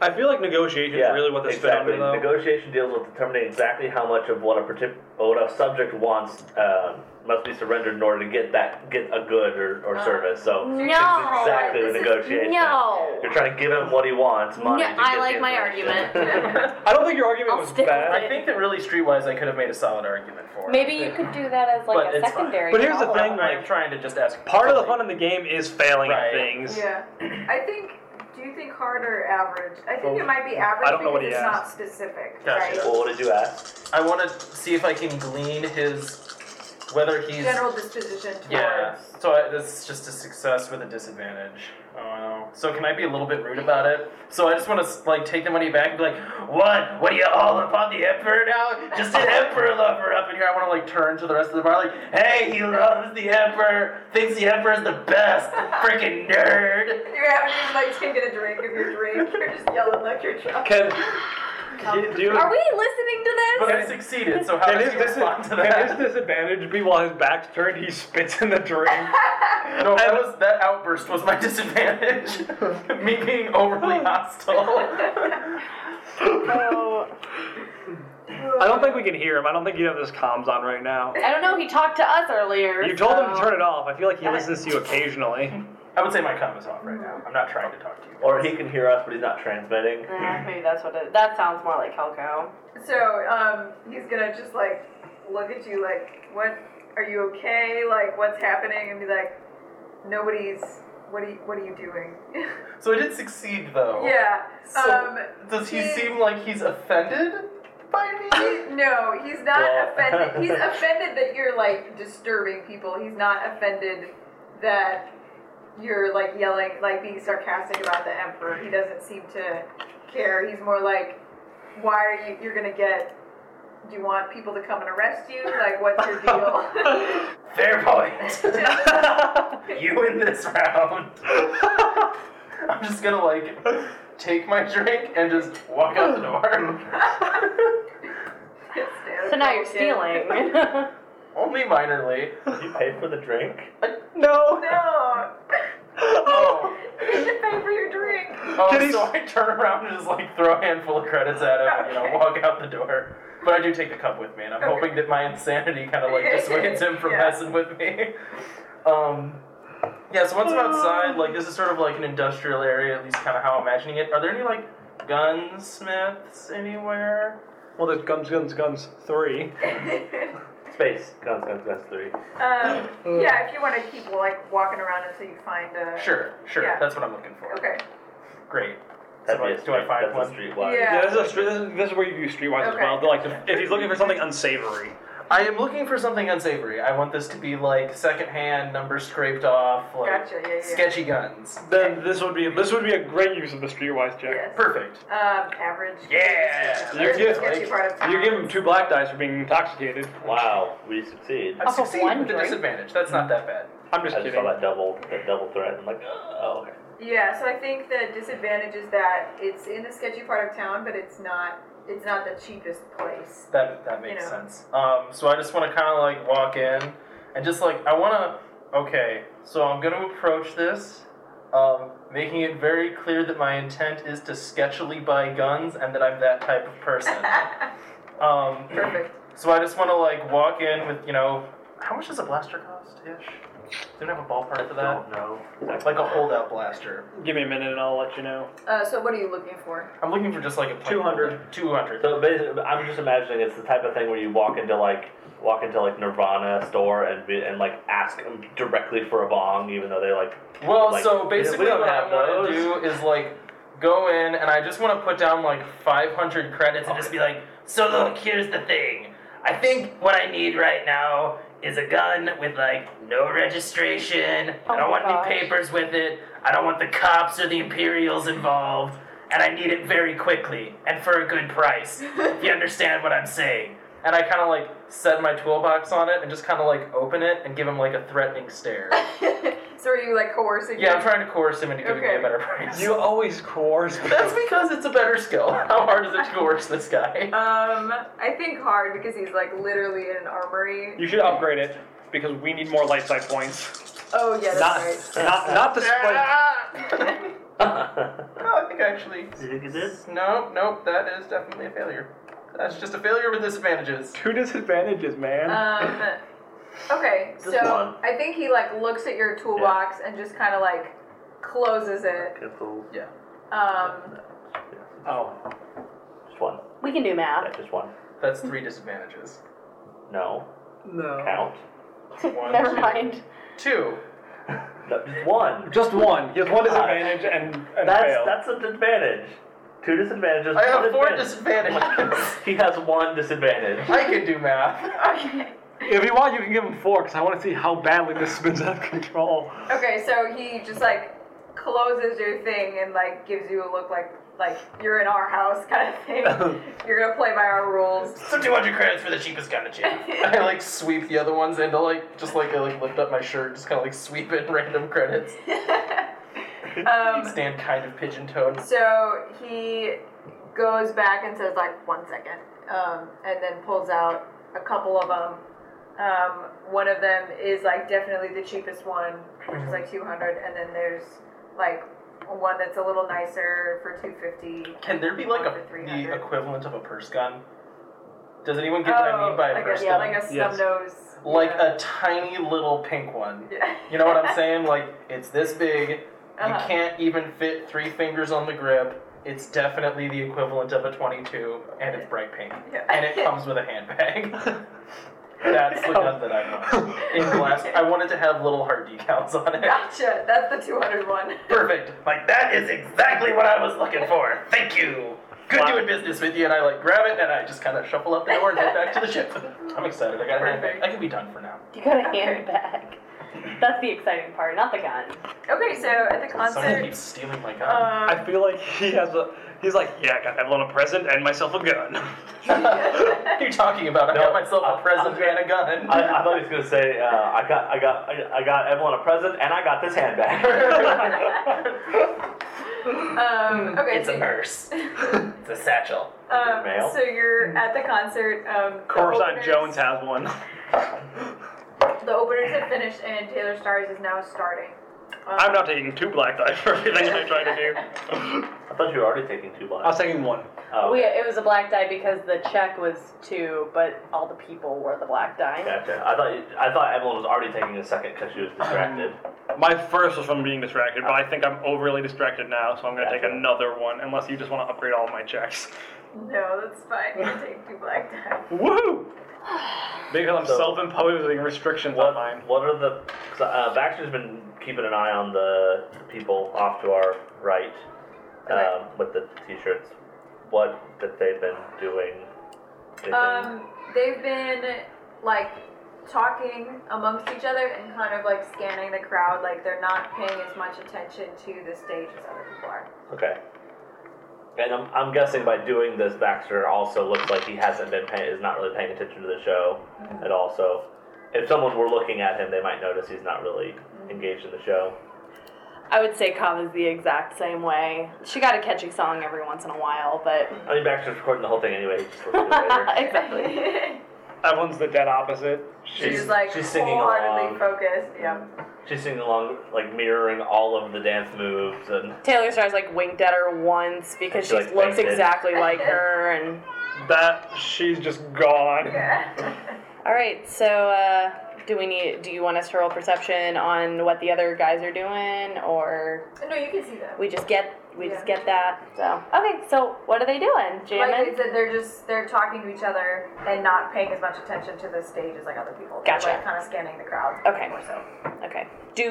Speaker 2: I feel like negotiation
Speaker 6: Yeah,
Speaker 2: is really what this
Speaker 6: exactly.
Speaker 2: found though.
Speaker 6: Negotiation deals with determining exactly how much of what a partic- what a subject wants um, must be surrendered in order to get that get a good or, or
Speaker 3: Uh,
Speaker 6: service. So
Speaker 4: No.
Speaker 6: it's exactly the
Speaker 3: This is-
Speaker 6: negotiation.
Speaker 4: No.
Speaker 6: You're trying to give him what he wants, money.
Speaker 4: Yeah,
Speaker 6: to
Speaker 4: I
Speaker 6: get
Speaker 4: like
Speaker 6: the
Speaker 4: my
Speaker 6: information.
Speaker 2: I don't think your argument
Speaker 4: I'll
Speaker 2: was
Speaker 4: stick with
Speaker 2: bad.
Speaker 5: I think that really streetwise, I could have made a solid argument for. it.
Speaker 4: Maybe you could do that as like
Speaker 5: But
Speaker 4: a
Speaker 5: it's fine.
Speaker 4: secondary.
Speaker 2: But here's the
Speaker 4: follow-up.
Speaker 2: thing,
Speaker 5: I'm
Speaker 2: like-
Speaker 5: trying to just ask.
Speaker 2: Part of the fun in the game is failing
Speaker 5: Right.
Speaker 2: at things.
Speaker 3: yeah. I think. Do you think hard or average? I think it might be average
Speaker 2: I don't know what
Speaker 3: because
Speaker 2: he
Speaker 3: it's
Speaker 2: asked.
Speaker 3: not specific,
Speaker 5: Gotcha.
Speaker 3: right?
Speaker 6: Well, what did you ask?
Speaker 5: I want to see if I can glean his whether he's
Speaker 3: General disposition towards.
Speaker 5: yeah. So I, this is just a success with a disadvantage. Oh no. So can I be a little bit rude about it? So I just want to like take the money back and be like, what? What are you all upon the emperor now? Just an emperor lover up in here. I want to like turn to the rest of the bar like, hey, he loves the emperor. Thinks the emperor is the best. Freaking nerd.
Speaker 3: You haven't even like taken a drink of your drink. You're just yelling like you're drunk.
Speaker 2: Can, can- do you,
Speaker 4: Are we listening to this?
Speaker 5: But I succeeded. So how
Speaker 2: can,
Speaker 5: does
Speaker 2: his
Speaker 5: he
Speaker 2: dis-
Speaker 5: respond to
Speaker 2: can
Speaker 5: that?
Speaker 2: his disadvantage be while his back's turned, he spits in the drink?
Speaker 5: No, that was that outburst was my disadvantage. Me being overly hostile.
Speaker 2: I don't think we can hear him. I don't think you have this comms on right now.
Speaker 4: I don't know. He talked to us earlier.
Speaker 2: You told him to
Speaker 4: so-
Speaker 2: turn it off. I feel like he listens to you occasionally.
Speaker 5: I would say my comm is off right now. I'm not trying to talk to you.
Speaker 6: Or he can hear us, but he's not transmitting.
Speaker 4: Nah, maybe that's what it. That sounds more like Helco.
Speaker 3: So, um, he's gonna just like look at you like, what? Are you okay? Like, what's happening? And be like, nobody's. What are you, what are you doing?
Speaker 5: So I did succeed though.
Speaker 3: yeah.
Speaker 5: Oh. So
Speaker 3: um,
Speaker 5: does he
Speaker 3: he-
Speaker 5: seem like he's offended by me?
Speaker 3: he- no, he's not
Speaker 6: Well-
Speaker 3: offended. He's offended that you're like disturbing people. He's not offended that you're like yelling, like being sarcastic about the emperor. He doesn't seem to care. He's more like, why are you? You're gonna get. Do you want people to come and arrest you? Like, what's your deal?
Speaker 5: Fair point. you win this round. I'm just gonna like take my drink and just walk out the door.
Speaker 4: So now you're stealing.
Speaker 5: Only minorly.
Speaker 6: Did you pay for the drink?
Speaker 2: No.
Speaker 3: No.
Speaker 5: Oh.
Speaker 3: You should pay for your drink.
Speaker 5: Oh,
Speaker 2: Can he-
Speaker 5: so I turn around and just like throw a handful of credits at him and you know
Speaker 3: Okay.
Speaker 5: walk out the door. But I do take the cup with me, and I'm
Speaker 3: Okay.
Speaker 5: hoping that my insanity kind of like dissuades him from
Speaker 3: Yeah.
Speaker 5: messing with me. Um, yeah. So once I'm outside, like this is sort of like an industrial area, at least kind of how I'm imagining it. Are there any like gunsmiths anywhere?
Speaker 2: Well, there's guns, guns, guns. Three.
Speaker 6: Space. Guns, guns, guns, three.
Speaker 3: um, yeah, if you want to keep like walking around until you find a.
Speaker 5: Sure, sure.
Speaker 3: Yeah.
Speaker 5: That's what I'm looking for.
Speaker 3: Okay.
Speaker 5: Great. So
Speaker 6: That'd be
Speaker 5: like,
Speaker 6: a
Speaker 5: do I
Speaker 6: street,
Speaker 5: find
Speaker 6: that's
Speaker 5: one?
Speaker 6: a streetwise.
Speaker 3: Yeah.
Speaker 2: Yeah, this is, a, stre- this, is, this is where you do streetwise as
Speaker 3: Okay.
Speaker 2: well. Like, if, if he's looking for something unsavory.
Speaker 5: I am looking for something unsavory. I want this to be like secondhand, numbers scraped off, like
Speaker 3: Gotcha. Yeah, yeah.
Speaker 5: sketchy guns.
Speaker 2: Then this would be this would be a great use of the streetwise check.
Speaker 3: Yes.
Speaker 5: Perfect.
Speaker 3: Um, average.
Speaker 5: Yeah.
Speaker 3: You're
Speaker 2: You're
Speaker 3: just
Speaker 5: good.
Speaker 3: sketchy part of town.
Speaker 2: You give him two black dice for being intoxicated.
Speaker 6: Wow, we succeed.
Speaker 5: I
Speaker 4: Off of
Speaker 5: succeed
Speaker 4: one
Speaker 5: with a
Speaker 4: drink?
Speaker 5: disadvantage. That's not that bad.
Speaker 2: I'm just
Speaker 6: I just saw
Speaker 2: kidding.
Speaker 6: that double, that double threat, and I'm like, oh, okay.
Speaker 3: Yeah. So I think the disadvantage is that it's in the sketchy part of town, but it's not. It's not the cheapest place.
Speaker 5: That that makes
Speaker 3: You know.
Speaker 5: sense. Um, so I just want to kind of like walk in and just like I want to. Okay, so I'm going to approach this, um, making it very clear that my intent is to sketchily buy guns and that I'm that type of person. um,
Speaker 3: Perfect.
Speaker 5: so I just want to like walk in with you know, how much does a blaster cost ish? Didn't have a ballpark for that.
Speaker 6: Don't know.
Speaker 5: Like a holdout blaster.
Speaker 2: Give me a minute and I'll let you know.
Speaker 3: Uh, so what are you looking for?
Speaker 5: I'm looking for just like a
Speaker 2: 200.
Speaker 5: Two hundred.
Speaker 6: So basically, I'm just imagining it's the type of thing where you walk into like walk into like Nirvana store and be, and like ask them directly for a bong, even though they like
Speaker 5: Well,
Speaker 6: Like,
Speaker 5: so
Speaker 6: we-
Speaker 5: basically,
Speaker 6: we don't
Speaker 5: what I
Speaker 6: have
Speaker 5: want to
Speaker 6: those.
Speaker 5: do is like go in and I just want to put down like 500 credits and just be like, so look, here's the thing. I think what I need right now is a gun with like no registration.
Speaker 4: Oh
Speaker 5: I don't
Speaker 4: my
Speaker 5: want
Speaker 4: gosh.
Speaker 5: any papers with it. I don't want the cops or the Imperials involved. And I need it very quickly and for a good price. if you understand what I'm saying. And I kind of like set my toolbox on it and just kind of like open it and give him like a threatening stare.
Speaker 3: so are you like coercing?
Speaker 5: Yeah,
Speaker 3: him?
Speaker 5: I'm trying to coerce him into giving me
Speaker 3: Okay.
Speaker 5: a better price.
Speaker 2: You always coerce.
Speaker 5: That's because it's a better skill. How hard is it to coerce this guy?
Speaker 3: Um, I think hard because he's like literally in an armory.
Speaker 2: You should upgrade it because we need more light side points.
Speaker 3: oh yeah,
Speaker 2: Not
Speaker 3: that's
Speaker 2: not not to split.
Speaker 5: Ah!
Speaker 6: you
Speaker 5: Oh, I think actually.
Speaker 6: think you did?
Speaker 5: No, nope, that is definitely a failure. That's just a failure with disadvantages.
Speaker 2: Two disadvantages, man.
Speaker 3: Um, okay,
Speaker 6: Just
Speaker 3: so
Speaker 6: one.
Speaker 3: I think he like looks at your toolbox and just kind of like closes it.
Speaker 6: Cancel.
Speaker 3: Um,
Speaker 2: oh.
Speaker 6: Just one.
Speaker 4: We can do
Speaker 6: Yeah,
Speaker 4: math.
Speaker 6: just one.
Speaker 5: That's three disadvantages.
Speaker 6: No.
Speaker 2: No.
Speaker 6: Count.
Speaker 5: One,
Speaker 4: Never
Speaker 5: two-
Speaker 4: mind.
Speaker 5: Two.
Speaker 6: No, just one.
Speaker 2: Just one. He has one disadvantage and, and
Speaker 6: That's
Speaker 2: failed.
Speaker 6: that's an advantage. Two disadvantages.
Speaker 5: I
Speaker 6: one
Speaker 5: have four
Speaker 6: advantage.
Speaker 5: disadvantages.
Speaker 6: he has one disadvantage.
Speaker 5: I can do math.
Speaker 2: If you want, you can give him four, because I want to see how badly this spins out of control.
Speaker 3: okay, so he just like closes your thing and like gives you a look like like you're in our house kind of thing. you're gonna play by our rules.
Speaker 5: So 200 credits for the cheapest gun to cheap. I like sweep the other ones into like just like I like lift up my shirt, just kind of like sweep in random credits.
Speaker 3: Um,
Speaker 5: Stand kind of pigeon toed.
Speaker 3: so he goes back and says like one second, um, and then pulls out a couple of them. Um, one of them is like definitely the cheapest one, which is like 200, and then there's like one that's a little nicer for 250.
Speaker 5: Can there be like
Speaker 3: One
Speaker 5: a
Speaker 3: for
Speaker 5: the
Speaker 3: 300.
Speaker 5: equivalent of a purse gun? Does anyone get what I mean by
Speaker 3: like
Speaker 5: a
Speaker 3: a,
Speaker 5: purse
Speaker 3: Oh, yeah,
Speaker 5: gun?
Speaker 3: like a snub
Speaker 2: Yes.
Speaker 3: nose.
Speaker 5: like a tiny little pink one.
Speaker 3: Yeah.
Speaker 5: You know what I'm saying? Like it's this big. You
Speaker 3: Uh-huh.
Speaker 5: can't even fit three fingers on the grip. It's definitely the equivalent of a 22, and it's bright pink,
Speaker 3: Yeah.
Speaker 5: and it comes with a handbag. That's
Speaker 3: Oh.
Speaker 5: the gun that I want. In glass, I wanted to have little heart decals on it.
Speaker 3: Gotcha. That's the 200 one.
Speaker 5: Perfect. Like that is exactly what I was looking for. Thank you. Good doing business with you. And I like grab it and I just kind of shuffle up the door and head back to the ship. I'm excited. I got a handbag. I can be done for now.
Speaker 4: You got a handbag. That's the exciting part, not the gun.
Speaker 3: Okay, so at the
Speaker 5: Someone
Speaker 3: concert,
Speaker 5: keeps stealing my gun.
Speaker 2: I
Speaker 3: um,
Speaker 2: feel like he has a. He's like, yeah, I got everyone a present and myself a gun.
Speaker 5: what are you talking about? I
Speaker 6: No,
Speaker 5: got myself
Speaker 6: I-
Speaker 5: a present
Speaker 6: I'm-
Speaker 5: and a gun.
Speaker 6: I, I thought he was gonna say, uh, I got, I got, I, I got everyone a present, and I got this handbag.
Speaker 2: hmm,
Speaker 3: um, okay,
Speaker 5: it's a
Speaker 3: so-
Speaker 5: purse. it's a satchel.
Speaker 3: Um,
Speaker 6: Mail.
Speaker 3: so you're at the concert. Um, the
Speaker 2: Coruscant
Speaker 3: openers-
Speaker 2: Jones has one.
Speaker 3: The openers have finished, and Taylor Stars is now starting. Um,
Speaker 2: I'm now taking two black dice for everything I try to do.
Speaker 6: I thought you were already taking two
Speaker 2: I was
Speaker 6: lives.
Speaker 2: taking one.
Speaker 6: Oh,
Speaker 4: We,
Speaker 6: okay.
Speaker 4: it was a black die because the check was two, but all the people were the black die.
Speaker 6: gotcha. I thought, you, I thought Evelyn was already taking a second because she was distracted.
Speaker 2: My first was from being distracted, but I think I'm overly distracted now, so I'm gonna take
Speaker 6: Gotcha.
Speaker 2: another one, unless you just want to upgrade all of my checks.
Speaker 3: No, that's fine. You take two black dice.
Speaker 2: Woohoo! Because I'm
Speaker 6: So-
Speaker 2: self-imposing restrictions on
Speaker 6: What,
Speaker 2: mine.
Speaker 6: what are the? 'cause, Uh, Baxter's been keeping an eye on the people off to our right um, with the t-shirts. What that they've been doing? They've been-
Speaker 3: Um, they've been like talking amongst each other and kind of like scanning the crowd. Like they're not paying as much attention to the stage as other people are.
Speaker 6: Okay. And I'm, I'm guessing by doing this, Baxter also looks like he hasn't been paying, is not really paying attention to the show
Speaker 3: Mm-hmm.
Speaker 6: at all. So if someone were looking at him, they might notice he's not really engaged in the show.
Speaker 4: I would say Kava's the exact same way. She got a catchy song every once in a while, but
Speaker 6: I mean, Baxter's recording the whole thing anyway. He just listens to it later.
Speaker 4: exactly.
Speaker 2: Evelyn's the dead opposite.
Speaker 3: she's
Speaker 6: She's-
Speaker 3: like
Speaker 6: she's singing
Speaker 3: wholeheartedly
Speaker 6: along.
Speaker 3: focused. Yeah.
Speaker 6: She's singing along, like mirroring all of the dance moves, and
Speaker 4: Taylor Star's like winked at her once because
Speaker 6: She,
Speaker 4: she,
Speaker 6: like,
Speaker 4: looks
Speaker 6: fainted.
Speaker 4: exactly like her. And
Speaker 2: That she's just gone.
Speaker 4: all right, so uh, do we need? Do you want us to roll perception on what the other guys are doing, or
Speaker 3: no, you can see them.
Speaker 4: we just get we just
Speaker 3: Yeah.
Speaker 4: get that? So okay, so what are they doing?
Speaker 3: Like they
Speaker 4: Jamming.
Speaker 3: said, they're just they're talking to each other and not paying as much attention to the stage as like other people.
Speaker 4: Gotcha.
Speaker 3: They're like kind of scanning the crowd.
Speaker 4: Okay.
Speaker 3: More so.
Speaker 4: Okay.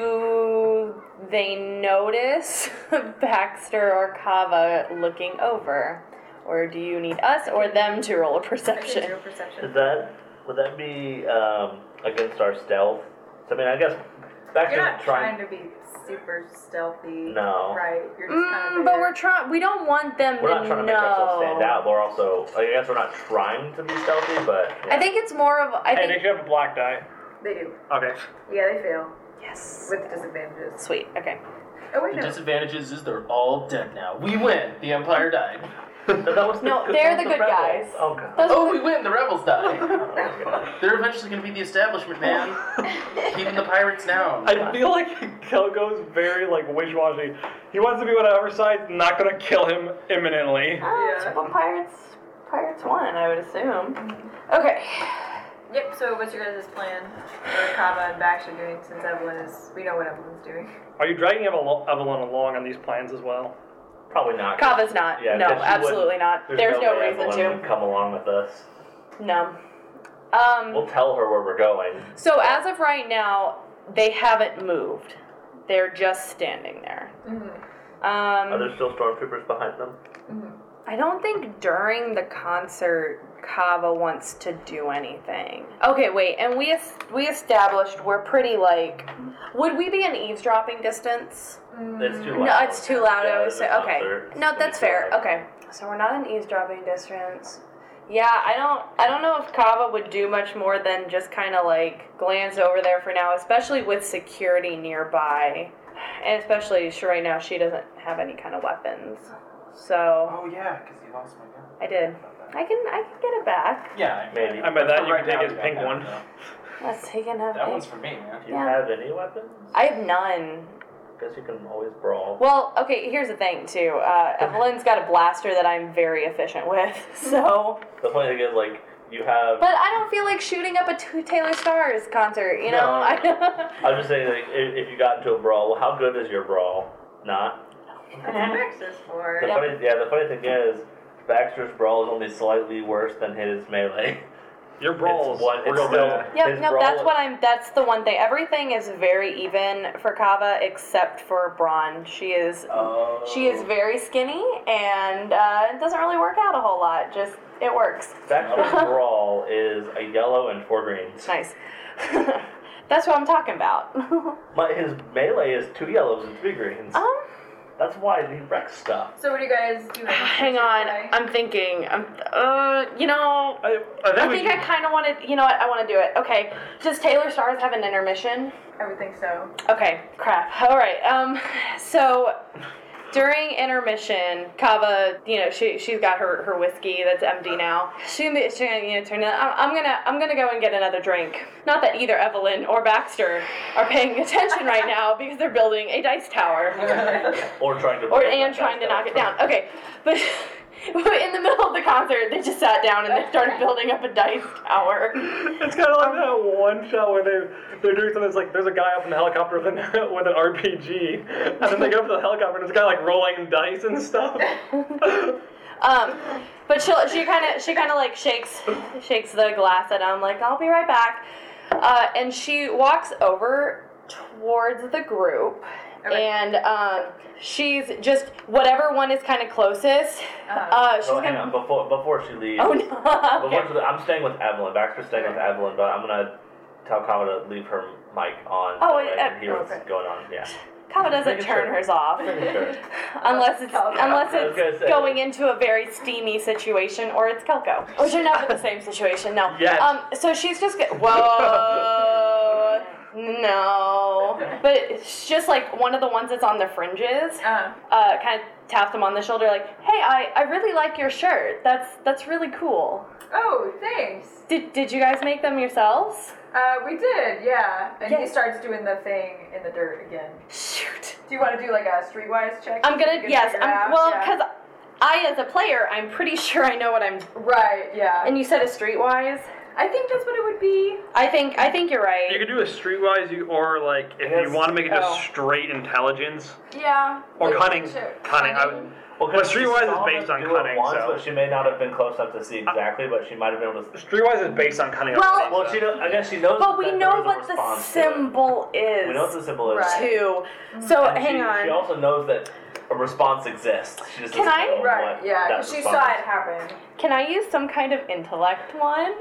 Speaker 4: Do they notice Baxter or Kava looking over? Or do you need us or them to roll a perception?
Speaker 3: Zero perception.
Speaker 6: is that would that be um, against our stealth? So, I mean, I guess Baxter's
Speaker 3: You're not
Speaker 6: trying.
Speaker 3: trying to be super stealthy.
Speaker 6: No.
Speaker 3: Right. You're just kind
Speaker 4: Mm,
Speaker 3: of.
Speaker 4: but we're trying. We don't want them
Speaker 6: We're
Speaker 4: to
Speaker 6: not
Speaker 4: know.
Speaker 6: trying to make ourselves stand out. We're also, I guess, we're not trying to be stealthy, but yeah.
Speaker 4: I think it's more of. I
Speaker 2: Hey,
Speaker 4: think.
Speaker 2: Nick, you have a black die.
Speaker 3: They do.
Speaker 2: Okay.
Speaker 3: Yeah, they fail
Speaker 4: yes.
Speaker 3: with disadvantages.
Speaker 4: Sweet. Okay.
Speaker 3: Oh wait, no.
Speaker 5: disadvantages is they're all dead now. We win. The Empire died.
Speaker 6: No, that was
Speaker 4: No,
Speaker 6: the,
Speaker 4: they're
Speaker 6: that was
Speaker 4: the good
Speaker 6: rebels.
Speaker 4: guys.
Speaker 6: Oh god.
Speaker 4: Those
Speaker 5: Oh,
Speaker 4: were-
Speaker 5: we win. The rebels die.
Speaker 6: Oh, God.
Speaker 5: They're eventually going to be the establishment, man. Keeping the pirates down.
Speaker 2: I feel like Kelgo's very like wishy-washy. He wants to be whatever side, not gonna kill him imminently.
Speaker 4: Ah,
Speaker 3: Yeah.
Speaker 4: well, pirates, pirates won, I would assume. Mm-hmm. Okay.
Speaker 3: Yep. So what's your guys' plan? What are Kava and Baksha doing since Evelyn is? We know what Evelyn's doing.
Speaker 2: Are you dragging Evel- Evelyn along on these plans as well?
Speaker 6: Probably not.
Speaker 4: Kava's not.
Speaker 6: Yeah,
Speaker 4: no,
Speaker 6: 'cause she
Speaker 4: absolutely
Speaker 6: wouldn't-
Speaker 4: not. There's, no,
Speaker 6: way
Speaker 4: reason
Speaker 6: Evelyn
Speaker 4: to.
Speaker 6: would come along with us.
Speaker 4: No. Um,
Speaker 6: We'll tell her where we're going.
Speaker 4: so as of right now, they haven't moved. They're just standing there.
Speaker 3: Mm-hmm.
Speaker 4: Um,
Speaker 6: Are there still stormtroopers behind them?
Speaker 4: I don't think during the concert Kava wants to do anything. Okay, wait. And we es- we established we're pretty like would we be in eavesdropping distance?
Speaker 6: It's too loud.
Speaker 4: Mm, No, it's too loud.
Speaker 6: Yeah,
Speaker 4: I was say
Speaker 6: there's a
Speaker 4: okay.
Speaker 6: concert.
Speaker 4: No,
Speaker 6: It's
Speaker 4: that's
Speaker 6: gonna be
Speaker 4: fair.
Speaker 6: loud.
Speaker 4: Okay. So we're not in eavesdropping distance. Yeah, I don't I don't know if Kava would do much more than just kind of like glance over there for now, especially with security nearby. And especially sure right now she doesn't have any kind of weapons. So
Speaker 5: Oh yeah, because you lost my gun.
Speaker 4: I did. I can I can get it back.
Speaker 5: Yeah,
Speaker 6: Maybe.
Speaker 2: I bet that you
Speaker 5: Right
Speaker 2: can
Speaker 5: now,
Speaker 2: take his
Speaker 5: yeah,
Speaker 2: pink
Speaker 5: yeah,
Speaker 2: one.
Speaker 5: yeah.
Speaker 4: Let's take another.
Speaker 5: That one's for me, man.
Speaker 6: Do you
Speaker 4: Yeah.
Speaker 6: have any weapons?
Speaker 4: I have none.
Speaker 6: guess you can always brawl.
Speaker 4: Well, okay. Here's the thing, too. Uh, Evelyn's got a blaster that I'm very efficient with, so.
Speaker 6: The funny thing is, like, you have.
Speaker 4: But I don't feel like shooting up a two Taylor Stars concert. You know.
Speaker 6: No.
Speaker 4: I,
Speaker 6: I'm just saying, like, if, if you got into a brawl, well, how good is your brawl? Not.
Speaker 3: That's what Bax is for.
Speaker 6: The
Speaker 4: Yeah.
Speaker 6: funny, yeah. The funny thing is, Baxter's brawl is only slightly worse than his melee.
Speaker 2: Your brawls.
Speaker 6: It's one.
Speaker 2: were
Speaker 6: It's
Speaker 2: real
Speaker 6: still.
Speaker 2: bad.
Speaker 4: Yep,
Speaker 6: his
Speaker 4: no,
Speaker 6: brawl
Speaker 4: that's
Speaker 6: is-
Speaker 4: what I'm. That's the one thing. Everything is very even for Kava except for Braun. She is,
Speaker 5: Oh.
Speaker 4: she is very skinny and uh, it doesn't really work out a whole lot. Just it works.
Speaker 6: Baxter's brawl is a yellow and four greens.
Speaker 4: Nice. that's what I'm talking about.
Speaker 6: My, his melee is two yellows and three greens.
Speaker 4: um,
Speaker 6: That's why he wrecks stuff.
Speaker 3: So what do you guys do?
Speaker 4: hang on. I'm thinking. I'm. Uh, you know.
Speaker 2: I, I think,
Speaker 4: I
Speaker 2: we
Speaker 4: think I
Speaker 2: can-
Speaker 4: kind of want to. You know what? I want to do it. Okay. Does Taylor Stars have an intermission?
Speaker 3: I would think so.
Speaker 4: Okay. Crap. All right. Um. So. During intermission, Kava, you know, she she's got her, her whiskey that's empty now. She she you know turn it. I'm, I'm gonna I'm gonna go and get another drink. Not that either Evelyn or Baxter are paying attention right now because they're building a dice tower.
Speaker 6: Or trying to.
Speaker 4: or and trying to knock it down. Okay, but in the middle of the concert, they just sat down and they started building up a dice tower.
Speaker 2: It's kind of like
Speaker 3: Um,
Speaker 2: that one shot where they they're doing something. It's like there's a guy up in the helicopter with an with an RPG, and then they go up to the helicopter and it's kind of like rolling dice and stuff.
Speaker 4: Um, but she she kind of she kind of like shakes shakes the glass, and I'm like, I'll be right back. Uh, and she walks over towards the group,
Speaker 3: Okay.
Speaker 4: and um, she's just whatever one is kind of closest. Uh, she's
Speaker 6: Oh, hang
Speaker 4: gonna.
Speaker 6: on. Before before she leaves.
Speaker 4: Oh no!
Speaker 6: Before
Speaker 4: Okay.
Speaker 6: she, I'm staying with Evelyn. Baxter's staying with Evelyn, but I'm gonna tell Kama to leave her mic on.
Speaker 4: Oh,
Speaker 6: so I
Speaker 4: wait,
Speaker 6: can
Speaker 4: uh,
Speaker 6: hear what's
Speaker 3: okay.
Speaker 6: going on. Yeah.
Speaker 4: Kava doesn't
Speaker 6: Making
Speaker 4: turn
Speaker 6: sure.
Speaker 4: hers off.
Speaker 6: Sure.
Speaker 4: unless it's
Speaker 3: Kelko.
Speaker 4: unless
Speaker 6: I was
Speaker 4: it's
Speaker 6: gonna say.
Speaker 4: going into a very steamy situation or it's Kelko, which are not in the same situation. No.
Speaker 6: Yes.
Speaker 4: Um. So she's just get, whoa. No, but it's just like one of the ones that's on the fringes.
Speaker 3: Uh,
Speaker 4: Uh, kind of taps him on the shoulder, like, "Hey, I, I really like your shirt. That's that's really cool.
Speaker 3: oh, thanks.
Speaker 4: Did did you guys make them yourselves?
Speaker 3: Uh, we did, yeah. And
Speaker 4: Yeah.
Speaker 3: he starts doing the thing in the dirt again.
Speaker 4: Shoot.
Speaker 3: Do you want to do like a streetwise check?
Speaker 4: I'm
Speaker 3: You
Speaker 4: gonna
Speaker 3: can
Speaker 4: yes.
Speaker 3: figure it
Speaker 4: I'm,
Speaker 3: out?
Speaker 4: well,
Speaker 3: Yeah.
Speaker 4: because I as a player, I'm pretty sure I know what I'm.
Speaker 3: right, yeah.
Speaker 4: And you said a streetwise.
Speaker 3: I think that's what it would be.
Speaker 4: I think I think you're right.
Speaker 2: You could do a streetwise, you or like if you
Speaker 6: Yes.
Speaker 2: want to make it just
Speaker 4: Oh.
Speaker 2: straight intelligence
Speaker 3: Yeah.
Speaker 2: or
Speaker 3: Like,
Speaker 2: cunning.
Speaker 3: sure.
Speaker 2: Cunning. I would,
Speaker 6: Well,
Speaker 2: But
Speaker 6: 'cause she
Speaker 2: Streetwise is
Speaker 6: saw
Speaker 2: based
Speaker 6: them
Speaker 2: on
Speaker 6: do it
Speaker 2: cunning,
Speaker 6: once,
Speaker 2: so- Uh,
Speaker 6: but she may not have been close enough to see exactly, but she might have been able to.
Speaker 2: streetwise is based on cunning. I
Speaker 4: Well-
Speaker 2: think,
Speaker 6: Well,
Speaker 2: so.
Speaker 6: she know, I guess she knows.
Speaker 4: But
Speaker 6: that
Speaker 4: we
Speaker 6: there
Speaker 4: know
Speaker 6: was a
Speaker 4: what the
Speaker 6: response to it.
Speaker 4: symbol is.
Speaker 6: We know what the symbol is.
Speaker 3: Right.
Speaker 4: too. So
Speaker 6: And
Speaker 4: hang
Speaker 6: she,
Speaker 4: on.
Speaker 6: She also knows that a response exists. She just
Speaker 4: Can
Speaker 6: doesn't
Speaker 4: I?
Speaker 6: know
Speaker 3: Right,
Speaker 6: what
Speaker 3: yeah,
Speaker 6: that
Speaker 3: 'cause she
Speaker 6: response
Speaker 3: saw
Speaker 6: is.
Speaker 3: it happen.
Speaker 4: Can I use some kind of intellect one?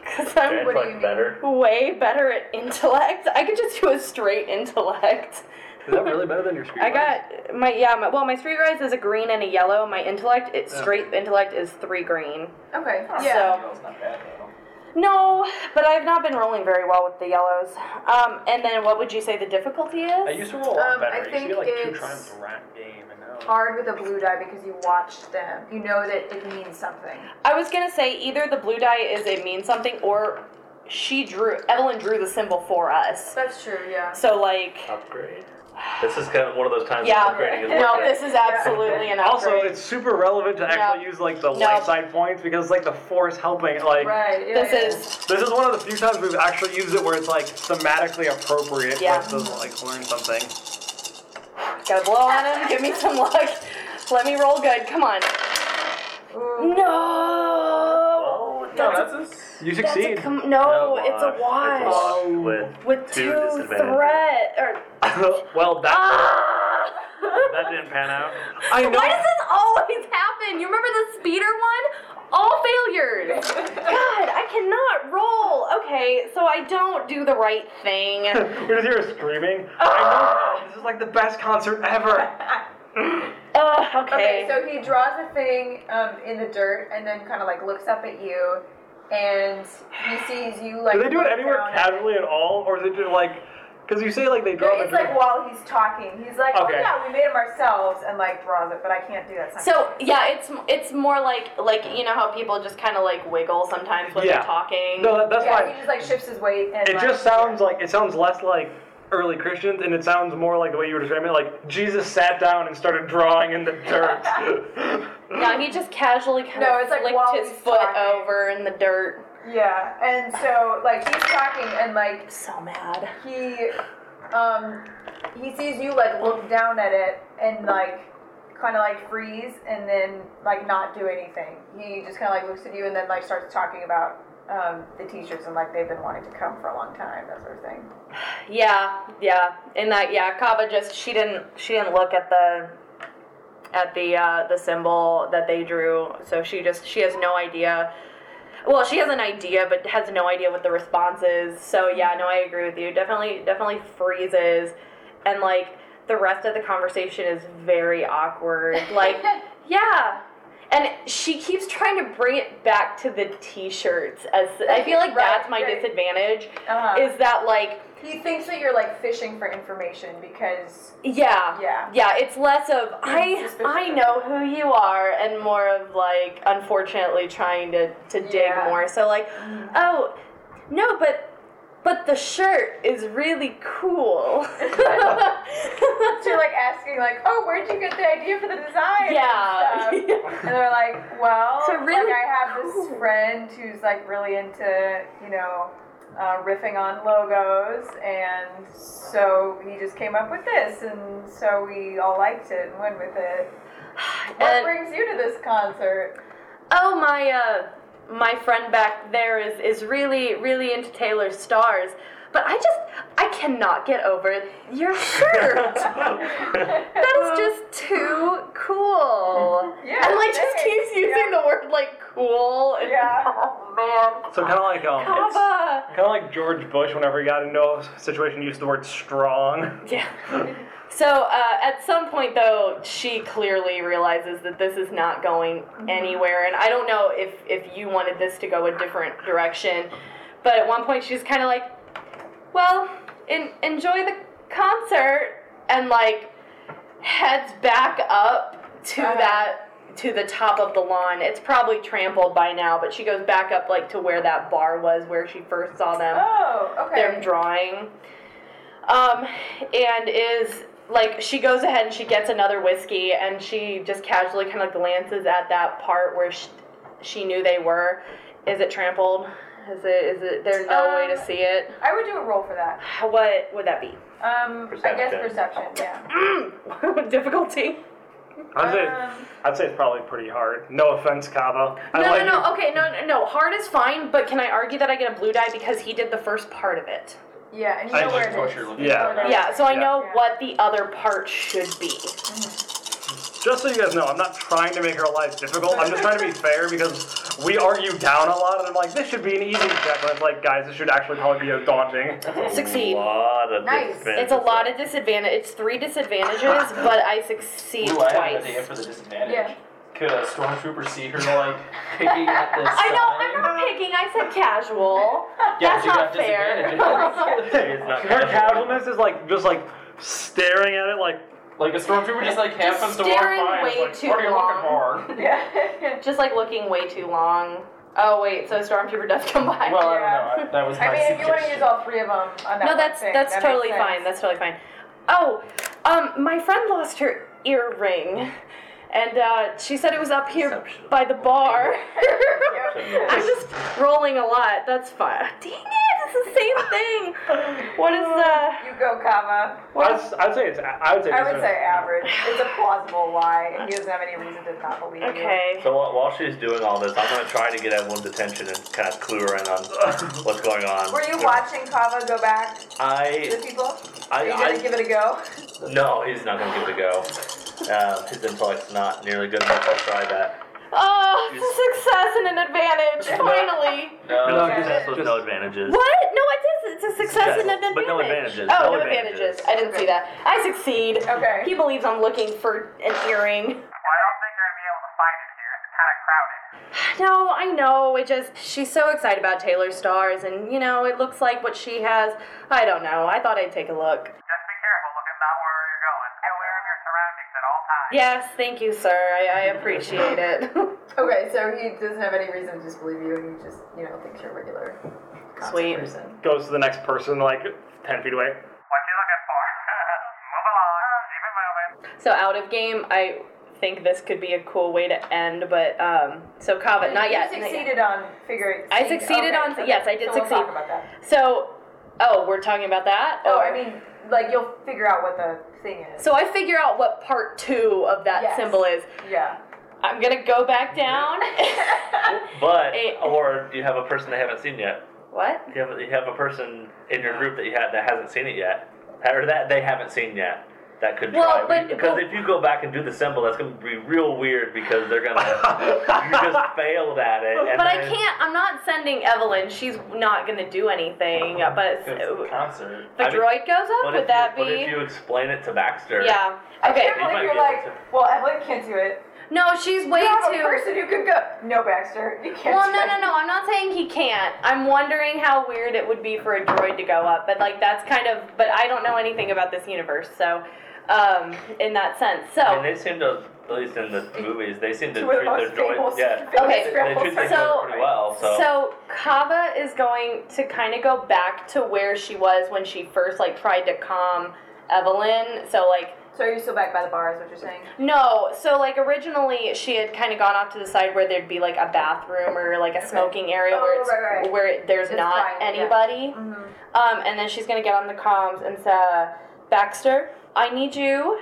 Speaker 4: Because I'm
Speaker 6: Okay,
Speaker 3: What do
Speaker 6: it's
Speaker 3: you
Speaker 6: like
Speaker 3: mean?
Speaker 6: better.
Speaker 4: way better at intellect. I could just do a straight intellect.
Speaker 2: is that really better than your streetwise?
Speaker 4: I got my yeah. My, well, my street rise is a green and a yellow. My intellect, it's straight intellect is three green.
Speaker 3: Okay,
Speaker 4: So
Speaker 3: yeah.
Speaker 5: That's not bad though.
Speaker 4: No, but I've not been rolling very well with the yellows. Um, and then what would you say the difficulty is?
Speaker 2: I used to roll a lot
Speaker 3: Um,
Speaker 2: better. I
Speaker 3: I
Speaker 2: used to
Speaker 3: think
Speaker 2: get like two
Speaker 3: it's
Speaker 2: times a rat game, and now
Speaker 3: Hard with a blue die because you watched them. You know that it means something.
Speaker 4: I was gonna say either the blue die is it means something or she drew Evelyn drew the symbol for us.
Speaker 3: That's true, yeah.
Speaker 4: So like
Speaker 6: Upgrade. This is kind of one of those times
Speaker 4: Yeah.
Speaker 6: where upgrading is
Speaker 4: no,
Speaker 6: worth it.
Speaker 4: this is absolutely an
Speaker 2: Also,
Speaker 4: upgrade.
Speaker 2: it's super relevant to actually use like the
Speaker 4: No.
Speaker 2: life side points because like the force helping. Like
Speaker 3: right, yeah. yeah.
Speaker 4: This is
Speaker 2: this is one of the few times we've actually used it where it's like thematically appropriate
Speaker 4: Yeah.
Speaker 2: for us to like learn something.
Speaker 4: gotta blow on him, give me some luck. Let me roll good, come on.
Speaker 3: Ooh.
Speaker 6: Oh,
Speaker 4: No,
Speaker 5: No,
Speaker 4: that's,
Speaker 5: that's a s-
Speaker 2: You
Speaker 4: that's a
Speaker 2: succeed.
Speaker 4: com- no, Oh, it's a wash.
Speaker 6: It's a wash with
Speaker 4: With
Speaker 6: two
Speaker 4: two,
Speaker 6: disadvantages.
Speaker 4: threat or
Speaker 2: well, that
Speaker 4: ah!
Speaker 6: That didn't pan out.
Speaker 2: I know.
Speaker 4: Why does this always happen? You remember the speeder one? All failures. God, I cannot roll. Okay, so I don't do the right thing.
Speaker 2: we just hear her screaming.
Speaker 3: Ah!
Speaker 2: I know. This is like the best concert ever.
Speaker 4: Ugh,
Speaker 3: Okay,
Speaker 4: okay.
Speaker 3: so he draws a thing um, in the dirt and then kind of like looks up at you, and he sees you like.
Speaker 2: Do they do it
Speaker 3: look
Speaker 2: anywhere
Speaker 3: down at-
Speaker 2: casually at all, or is it just like? Because you say like they
Speaker 3: No,
Speaker 2: draw
Speaker 3: It's
Speaker 2: the.
Speaker 3: like while he's talking, he's like, "Oh
Speaker 2: Okay.
Speaker 3: yeah, we made him ourselves," and like draws it, but I can't do that. Sometimes.
Speaker 4: So yeah, it's it's more like like you know how people just kind of like wiggle sometimes when
Speaker 2: Yeah.
Speaker 4: they're talking.
Speaker 2: no, that, that's
Speaker 3: yeah,
Speaker 2: fine.
Speaker 3: he just like shifts his weight and.
Speaker 2: It
Speaker 3: like,
Speaker 2: just sounds like it sounds less like early Christians, and it sounds more like the way you were describing it, like Jesus sat down and started drawing in the dirt.
Speaker 4: No, he just casually kind
Speaker 3: No,
Speaker 4: of
Speaker 3: it's like
Speaker 4: flicked
Speaker 3: while
Speaker 4: his
Speaker 3: he's
Speaker 4: foot
Speaker 3: talking.
Speaker 4: over in the dirt.
Speaker 3: Yeah, and so like he's talking and like
Speaker 4: So mad.
Speaker 3: he um he sees you like look down at it and like kind of like freeze and then like not do anything he just kind of like looks at you and then like starts talking about um, the t-shirts and like they've been wanting to come for a long time that sort of thing
Speaker 4: Yeah, yeah, and that yeah, Kava just she didn't she didn't look at the at the uh, the symbol that they drew, so she just she has no idea. Well, she has an idea, but has no idea what the response is. So yeah, no, I agree with you. Definitely, definitely freezes, and like the rest of the conversation is very awkward. Like yeah. And she keeps trying to bring it back to the t-shirts as I feel like
Speaker 3: Right,
Speaker 4: that's my
Speaker 3: right.
Speaker 4: disadvantage
Speaker 3: Uh-huh.
Speaker 4: is that like
Speaker 3: he thinks that you're like fishing for information because
Speaker 4: yeah.
Speaker 3: Yeah.
Speaker 4: Yeah, it's less of I
Speaker 3: suspicious
Speaker 4: I
Speaker 3: of
Speaker 4: know who you are and more of like unfortunately trying to to dig
Speaker 3: Yeah. Mm-hmm.
Speaker 4: more. So like, oh, no, but but the shirt is really cool.
Speaker 3: you're like asking like oh where'd you get the idea for the design and
Speaker 4: yeah.
Speaker 3: stuff? And they're like, well,
Speaker 4: So really
Speaker 3: like I have this
Speaker 4: cool.
Speaker 3: friend who's like really into, you know, uh, riffing on logos, and so he just came up with this, and so we all liked it and went with it. What
Speaker 4: And-
Speaker 3: brings you to this concert?
Speaker 4: oh my uh my friend back there is is really really into Taylor Stars. But I just I cannot get over your shirt. That is just too cool.
Speaker 3: Yeah,
Speaker 4: And like just
Speaker 3: thanks.
Speaker 4: keeps using the word like cool and
Speaker 3: Yeah.
Speaker 4: oh man.
Speaker 2: so kind of like um,
Speaker 4: Kava.
Speaker 2: kind of like George Bush whenever he got into a situation he used the word strong.
Speaker 4: Yeah. So uh, at some point though, she clearly realizes that this is not going anywhere, and I don't know if if you wanted this to go a different direction, but at one point she's kind of like, well, en- enjoy the concert, and like heads back up to
Speaker 3: Uh-huh.
Speaker 4: that to the top of the lawn. It's probably trampled by now, but she goes back up like to where that bar was where she first saw them
Speaker 3: Oh,
Speaker 4: them
Speaker 3: okay.
Speaker 4: drawing. Um, and is like she goes ahead and she gets another whiskey and she just casually kind of glances at that part where she, she knew they were. Is it trampled? Is it? Is it? There's no way to
Speaker 3: Um,
Speaker 4: see it.
Speaker 3: I would do a roll for that.
Speaker 4: How- What would that be?
Speaker 3: Um, I guess
Speaker 6: Perception.
Speaker 3: perception, yeah.
Speaker 4: Difficulty.
Speaker 2: I'd say
Speaker 3: Um,
Speaker 2: I'd say it's probably pretty hard. No offense, Kava. I
Speaker 4: no,
Speaker 2: like
Speaker 4: no, no. Okay, no, no, no. Hard is fine, but can I argue that I get a blue die because he did the first part of it?
Speaker 3: yeah, and you
Speaker 2: I
Speaker 3: know
Speaker 2: just
Speaker 3: where it
Speaker 5: what
Speaker 3: is.
Speaker 5: you're looking
Speaker 2: Yeah.
Speaker 5: at.
Speaker 4: Yeah. So I
Speaker 2: Yeah.
Speaker 4: know
Speaker 3: Yeah.
Speaker 4: what the other part should be.
Speaker 2: Just so you guys know, I'm not trying to make her life difficult. I'm just trying to be fair because we argue down a lot, and I'm like, this should be an easy check. And it's like, guys, this should actually probably be daunting.
Speaker 4: Succeed.
Speaker 6: A lot of
Speaker 3: Nice.
Speaker 6: disadvantages.
Speaker 4: It's a lot of disadvantage. It's three disadvantages, but I succeed
Speaker 5: Ooh, I have an idea
Speaker 4: twice.
Speaker 5: for the disadvantage.
Speaker 3: Yeah.
Speaker 5: Could a stormtrooper see her like picking at this?
Speaker 4: I know, I'm not picking. I said casual.
Speaker 5: Yeah,
Speaker 4: That's
Speaker 5: but you
Speaker 4: not
Speaker 5: got
Speaker 4: fair.
Speaker 5: disadvantages.
Speaker 6: It's not
Speaker 2: Her
Speaker 6: casual.
Speaker 2: casualness is like just like staring at it like
Speaker 5: like a stormtrooper just like happens to walk
Speaker 4: staring
Speaker 5: by and is
Speaker 4: way
Speaker 5: like,
Speaker 4: too
Speaker 5: "What are you looking
Speaker 4: long."
Speaker 5: for?"
Speaker 3: Yeah.
Speaker 4: Just like looking way too long. Oh wait, so Stormtrooper does come by.
Speaker 5: Well, I
Speaker 3: Yeah.
Speaker 5: don't know. I- That was my
Speaker 3: I mean, if you want to
Speaker 5: suggestion.
Speaker 3: use all three of them on that
Speaker 4: no,
Speaker 3: one
Speaker 4: that's
Speaker 3: thing,
Speaker 4: that's
Speaker 3: that makes
Speaker 4: totally
Speaker 3: sense.
Speaker 4: fine. That's totally fine. Oh, um, my friend lost her earring, and uh, she said it was up here
Speaker 6: Perception.
Speaker 4: by the bar.
Speaker 6: Perception.
Speaker 4: I'm just rolling a lot. That's fine. Dang it! It's the same thing. What is uh?
Speaker 3: You go, comma.
Speaker 2: I'd, s- I'd say it's I would say,
Speaker 3: I
Speaker 2: this
Speaker 3: would
Speaker 2: is-
Speaker 3: say average. It's a plausible lie, and he doesn't have any reason to not believe you.
Speaker 4: Okay.
Speaker 6: So while, while she's doing all this, I'm gonna try to get everyone's attention and kind of clue her in on what's going on.
Speaker 3: Were you watching Kava go back to the
Speaker 6: I,
Speaker 3: people? Are
Speaker 6: I,
Speaker 3: you gonna
Speaker 6: I
Speaker 3: give it a go?
Speaker 6: no, he's not gonna give it a go. Um, his intellect's not nearly good enough to try that.
Speaker 4: Oh, it's a
Speaker 6: Just-
Speaker 4: success and an advantage. Finally.
Speaker 6: No,
Speaker 2: No,
Speaker 3: just-
Speaker 6: success with
Speaker 2: just-
Speaker 6: no advantages.
Speaker 4: What? No, it is. It's a success
Speaker 6: Yes,
Speaker 4: and an advantage.
Speaker 6: but no advantages.
Speaker 4: Oh,
Speaker 6: No
Speaker 4: no, advantages.
Speaker 6: advantages.
Speaker 4: I didn't see that. I succeed.
Speaker 3: Okay.
Speaker 4: He believes I'm looking for an earring.
Speaker 7: I don't think you're gonna be able to find it here. It's kind of crowded.
Speaker 4: No, I know. It just she's so excited about Taylor Stars, and you know, it looks like what she has. I don't know. I thought I'd take a look.
Speaker 7: Just be careful looking not where you're going. Be aware of your surroundings at all times.
Speaker 4: Yes, thank you, sir. I, I appreciate it.
Speaker 3: Okay, so he doesn't have any reason to disbelieve you, and he just, you know, thinks you're a regular concert
Speaker 4: Sweet.
Speaker 3: person.
Speaker 2: goes to the next person like ten feet away.
Speaker 7: What you looking for? Move along. Keep it moving.
Speaker 4: so out of game, I think this could be a cool way to end. But um, so Kava, not yet.
Speaker 3: You
Speaker 4: not yet.
Speaker 3: succeeded on figuring.
Speaker 4: I succeeded
Speaker 3: okay,
Speaker 4: on-
Speaker 3: okay.
Speaker 4: yes, I did
Speaker 3: so We'll
Speaker 4: succeed.
Speaker 3: talk about that.
Speaker 4: So, oh, we're talking about that.
Speaker 3: Oh, I
Speaker 4: Or-
Speaker 3: mean, like you'll figure out what the thing is.
Speaker 4: So I figure out what part two of that
Speaker 3: Yes.
Speaker 4: symbol is.
Speaker 3: yeah.
Speaker 4: I'm gonna go back down.
Speaker 6: But
Speaker 4: Eh.
Speaker 6: or you have a person they haven't seen yet.
Speaker 4: what?
Speaker 6: You have you have a person in your group that you have that hasn't seen it yet, or that they haven't seen yet. That could
Speaker 4: Well,
Speaker 6: try
Speaker 4: but-
Speaker 6: because
Speaker 4: well-
Speaker 6: if you go back and do the symbol, that's going to be real weird because they're going to you just failed at it. And
Speaker 4: But I
Speaker 6: then-
Speaker 4: can't. I'm not sending Evelyn. She's not gonna do anything. uh, But
Speaker 5: It's a
Speaker 4: if
Speaker 5: concert.
Speaker 6: I mean,
Speaker 4: Oh, Droid goes up,
Speaker 6: But
Speaker 4: would
Speaker 6: if
Speaker 4: that
Speaker 6: you,
Speaker 4: be?
Speaker 6: But if you explain it to Baxter,
Speaker 4: yeah.
Speaker 3: I
Speaker 4: Okay.
Speaker 3: can't
Speaker 6: You might
Speaker 3: believe
Speaker 6: be
Speaker 3: you're
Speaker 6: able
Speaker 3: like,
Speaker 6: to.
Speaker 3: well, Evelyn can't do it.
Speaker 4: No, she's way
Speaker 3: You have a
Speaker 4: too.
Speaker 3: person who could go. No, Baxter, you can't.
Speaker 4: Well,
Speaker 3: do
Speaker 4: no,
Speaker 3: it.
Speaker 4: no, no. I'm not saying he can't. I'm wondering how weird it would be for a droid to go up, but like that's kind of. But I don't know anything about this universe, so um, in that sense. So.
Speaker 6: I mean, they seem to, at least in the movies, they seem to
Speaker 3: Two
Speaker 6: treat
Speaker 3: of the
Speaker 6: their
Speaker 3: most
Speaker 6: droids,
Speaker 3: famous,
Speaker 6: yeah,
Speaker 3: famous
Speaker 4: Okay,
Speaker 6: they treat their
Speaker 3: roles.
Speaker 4: So-
Speaker 6: droids pretty well. So,
Speaker 4: So Kava is going to kind of go back to where she was when she first like tried to calm Evelyn. So like
Speaker 3: So are you still back by the bar? Is what you're saying?
Speaker 4: no, so like originally she had kind of gone off to the side where there'd be like a bathroom or like a smoking area
Speaker 3: Oh,
Speaker 4: where it's,
Speaker 3: right, right.
Speaker 4: where it, there's
Speaker 3: It's quiet,
Speaker 4: not
Speaker 3: yeah.
Speaker 4: anybody.
Speaker 3: Mm-hmm.
Speaker 4: Um, and then she's gonna get on the comms and say, Baxter, I need you.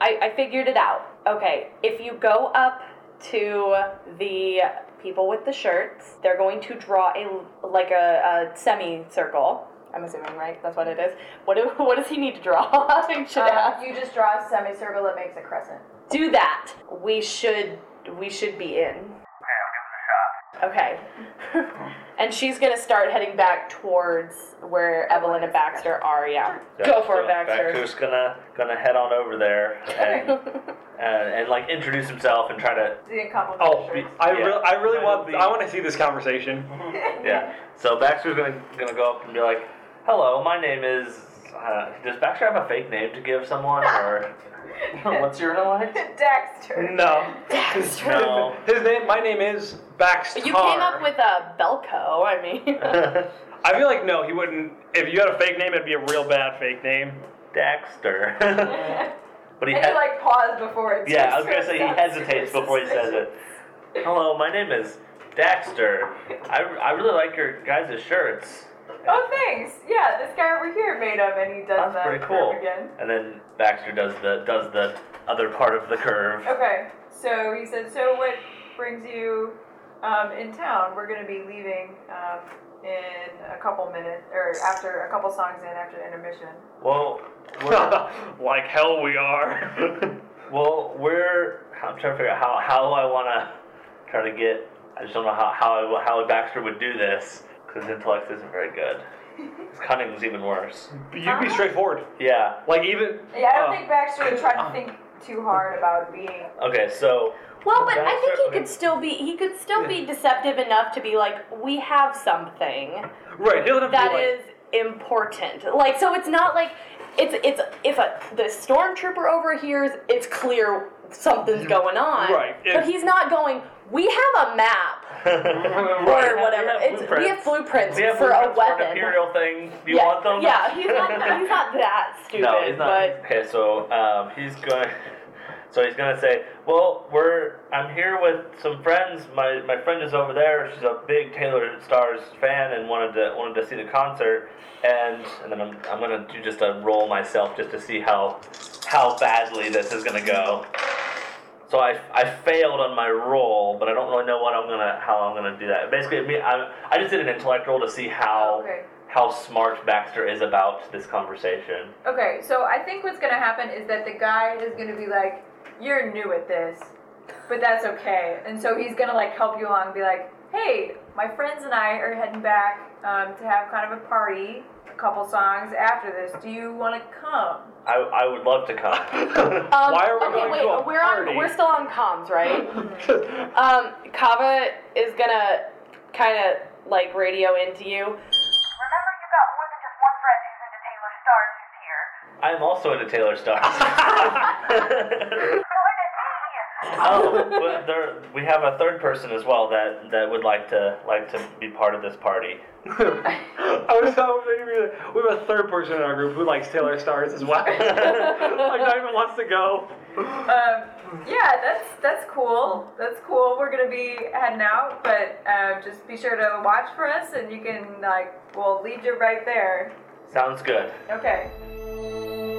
Speaker 4: I, I figured it out. Okay, if you go up to the people with the shirts, they're going to draw a like a, a semicircle. I'm assuming, right? That's what it is. What do, what does he need to draw? I
Speaker 3: Uh,
Speaker 4: should ask.
Speaker 3: you just draw a semicircle that makes a crescent.
Speaker 4: Do that. We should we should be in.
Speaker 7: Okay, I'll give it a shot.
Speaker 4: Okay. and she's gonna start heading back towards where Evelyn and Baxter are. Yeah.
Speaker 6: yeah,
Speaker 4: Go for
Speaker 6: so
Speaker 4: it, Baxter.
Speaker 6: Baxter's gonna gonna head on over there and and, and like introduce himself and try to
Speaker 3: Didn't compliment
Speaker 2: Oh,
Speaker 3: the shirts.
Speaker 2: I
Speaker 6: Yeah.
Speaker 2: really, I really
Speaker 6: That'll
Speaker 2: want,
Speaker 6: be-
Speaker 2: I want to see this conversation.
Speaker 6: yeah. So Baxter's gonna gonna go up and be like, "Hello, my name is." Uh, does Baxter have a fake name to give someone or
Speaker 5: What's your intellect?
Speaker 3: Dexter.
Speaker 2: No,
Speaker 6: no?
Speaker 2: his name, my name is Baxter.
Speaker 4: You came up with a Belco. I mean,
Speaker 2: I feel like no, he wouldn't. If you had a fake name, it'd be a real bad fake name.
Speaker 6: Dexter. but he
Speaker 3: and you
Speaker 6: has,
Speaker 3: like pause before it's.
Speaker 6: Mm. yeah, I was gonna say he hesitates before he says it. Hello, my name is Daxter. I, I really like your guys' shirts.
Speaker 3: Oh, thanks. Yeah, this guy over here made him, and he does
Speaker 6: That's
Speaker 3: that
Speaker 6: pretty
Speaker 3: curve
Speaker 6: cool.
Speaker 3: again.
Speaker 6: And then Baxter does the does the other part of the curve.
Speaker 3: Okay, so he said, so what brings you um, in town? We're going to be leaving um, in a couple minutes, or after a couple songs in after the intermission.
Speaker 6: Well, we're,
Speaker 2: like hell, we are.
Speaker 6: well, we're I'm trying to figure out how how I want to try to get. I just don't know how how I- how Baxter would do this because his intellect isn't very good. His cunning's even worse.
Speaker 2: You'd be straightforward.
Speaker 6: Yeah.
Speaker 2: Like even.
Speaker 3: Yeah, I don't
Speaker 2: uh,
Speaker 3: think Baxter tried to think too hard about being.
Speaker 6: Okay. So
Speaker 4: Well, but I
Speaker 6: That's
Speaker 4: think he
Speaker 6: certainly-
Speaker 4: could still be he could still be deceptive enough to be like, we have something
Speaker 6: Right, he'll have to be
Speaker 4: that
Speaker 6: like-
Speaker 4: is important. Like so it's not like it's it's if a the stormtrooper overhears, it's clear something's going on.
Speaker 2: Right,
Speaker 4: But
Speaker 2: it's-
Speaker 4: he's not going, we have a map
Speaker 6: Right,
Speaker 4: or whatever.
Speaker 6: We
Speaker 4: it's,
Speaker 6: have
Speaker 4: we have
Speaker 6: blueprints.
Speaker 4: blueprints
Speaker 6: We have
Speaker 4: for
Speaker 6: blueprints
Speaker 4: a weapon.
Speaker 6: an imperial thing. Do you
Speaker 4: yeah,
Speaker 6: want them?
Speaker 4: Yeah, he's not he's not that stupid,
Speaker 6: no, he's not.
Speaker 4: but
Speaker 6: Okay, so um, he's going. So he's gonna say, "Well, we're I'm here with some friends. My my friend is over there. She's a big Taylor Stars fan and wanted to wanted to see the concert. And and then I'm, I'm gonna do just a roll myself just to see how how badly this is gonna go. So I, I failed on my roll, but I don't really know what I'm gonna how I'm gonna do that. Basically, I mean, I, I just did an intellect roll to see how
Speaker 3: Okay.
Speaker 6: how smart Baxter is about this conversation.
Speaker 3: Okay, so I think what's gonna happen is that the guy is gonna be like, "You're new at this, but that's okay," and so he's gonna like help you along, and be like, "Hey, my friends and I are heading back um, to have kind of a party, a couple songs after this. Do you want to come?"
Speaker 6: I, I would love to come.
Speaker 4: Um,
Speaker 2: Why are we
Speaker 4: okay,
Speaker 2: going
Speaker 4: wait,
Speaker 2: to a
Speaker 4: we're
Speaker 2: party?
Speaker 4: On, we're still on comms, right? um, Kava is gonna kind of like radio into you.
Speaker 7: Remember, you got more than just one friend who's into Taylor Stars who's here.
Speaker 6: I'm also into Taylor Stars.
Speaker 7: Join at me!
Speaker 6: oh, but there, we have a third person as well that, that would like to like to be part of this party.
Speaker 2: I was hoping to be like, we have a third person in our group who likes Taylor Stars as well. like, not even wants to go.
Speaker 3: Um, yeah, that's that's cool. That's cool. We're gonna be heading out, but um, just be sure to watch for us, and you can like, we'll lead you right there.
Speaker 6: Sounds good.
Speaker 3: Okay.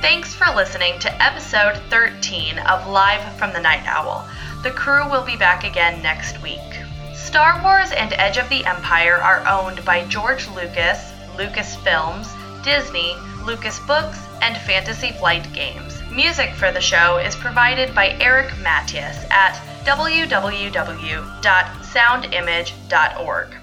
Speaker 1: Thanks for listening to episode 13 of Live from the Night Owl. The crew will be back again next week. Star Wars and Edge of the Empire are owned by George Lucas, Lucas Films, Disney, Lucas Books, and Fantasy Flight Games. Music for the show is provided by Eric Matias at www.soundimage.org.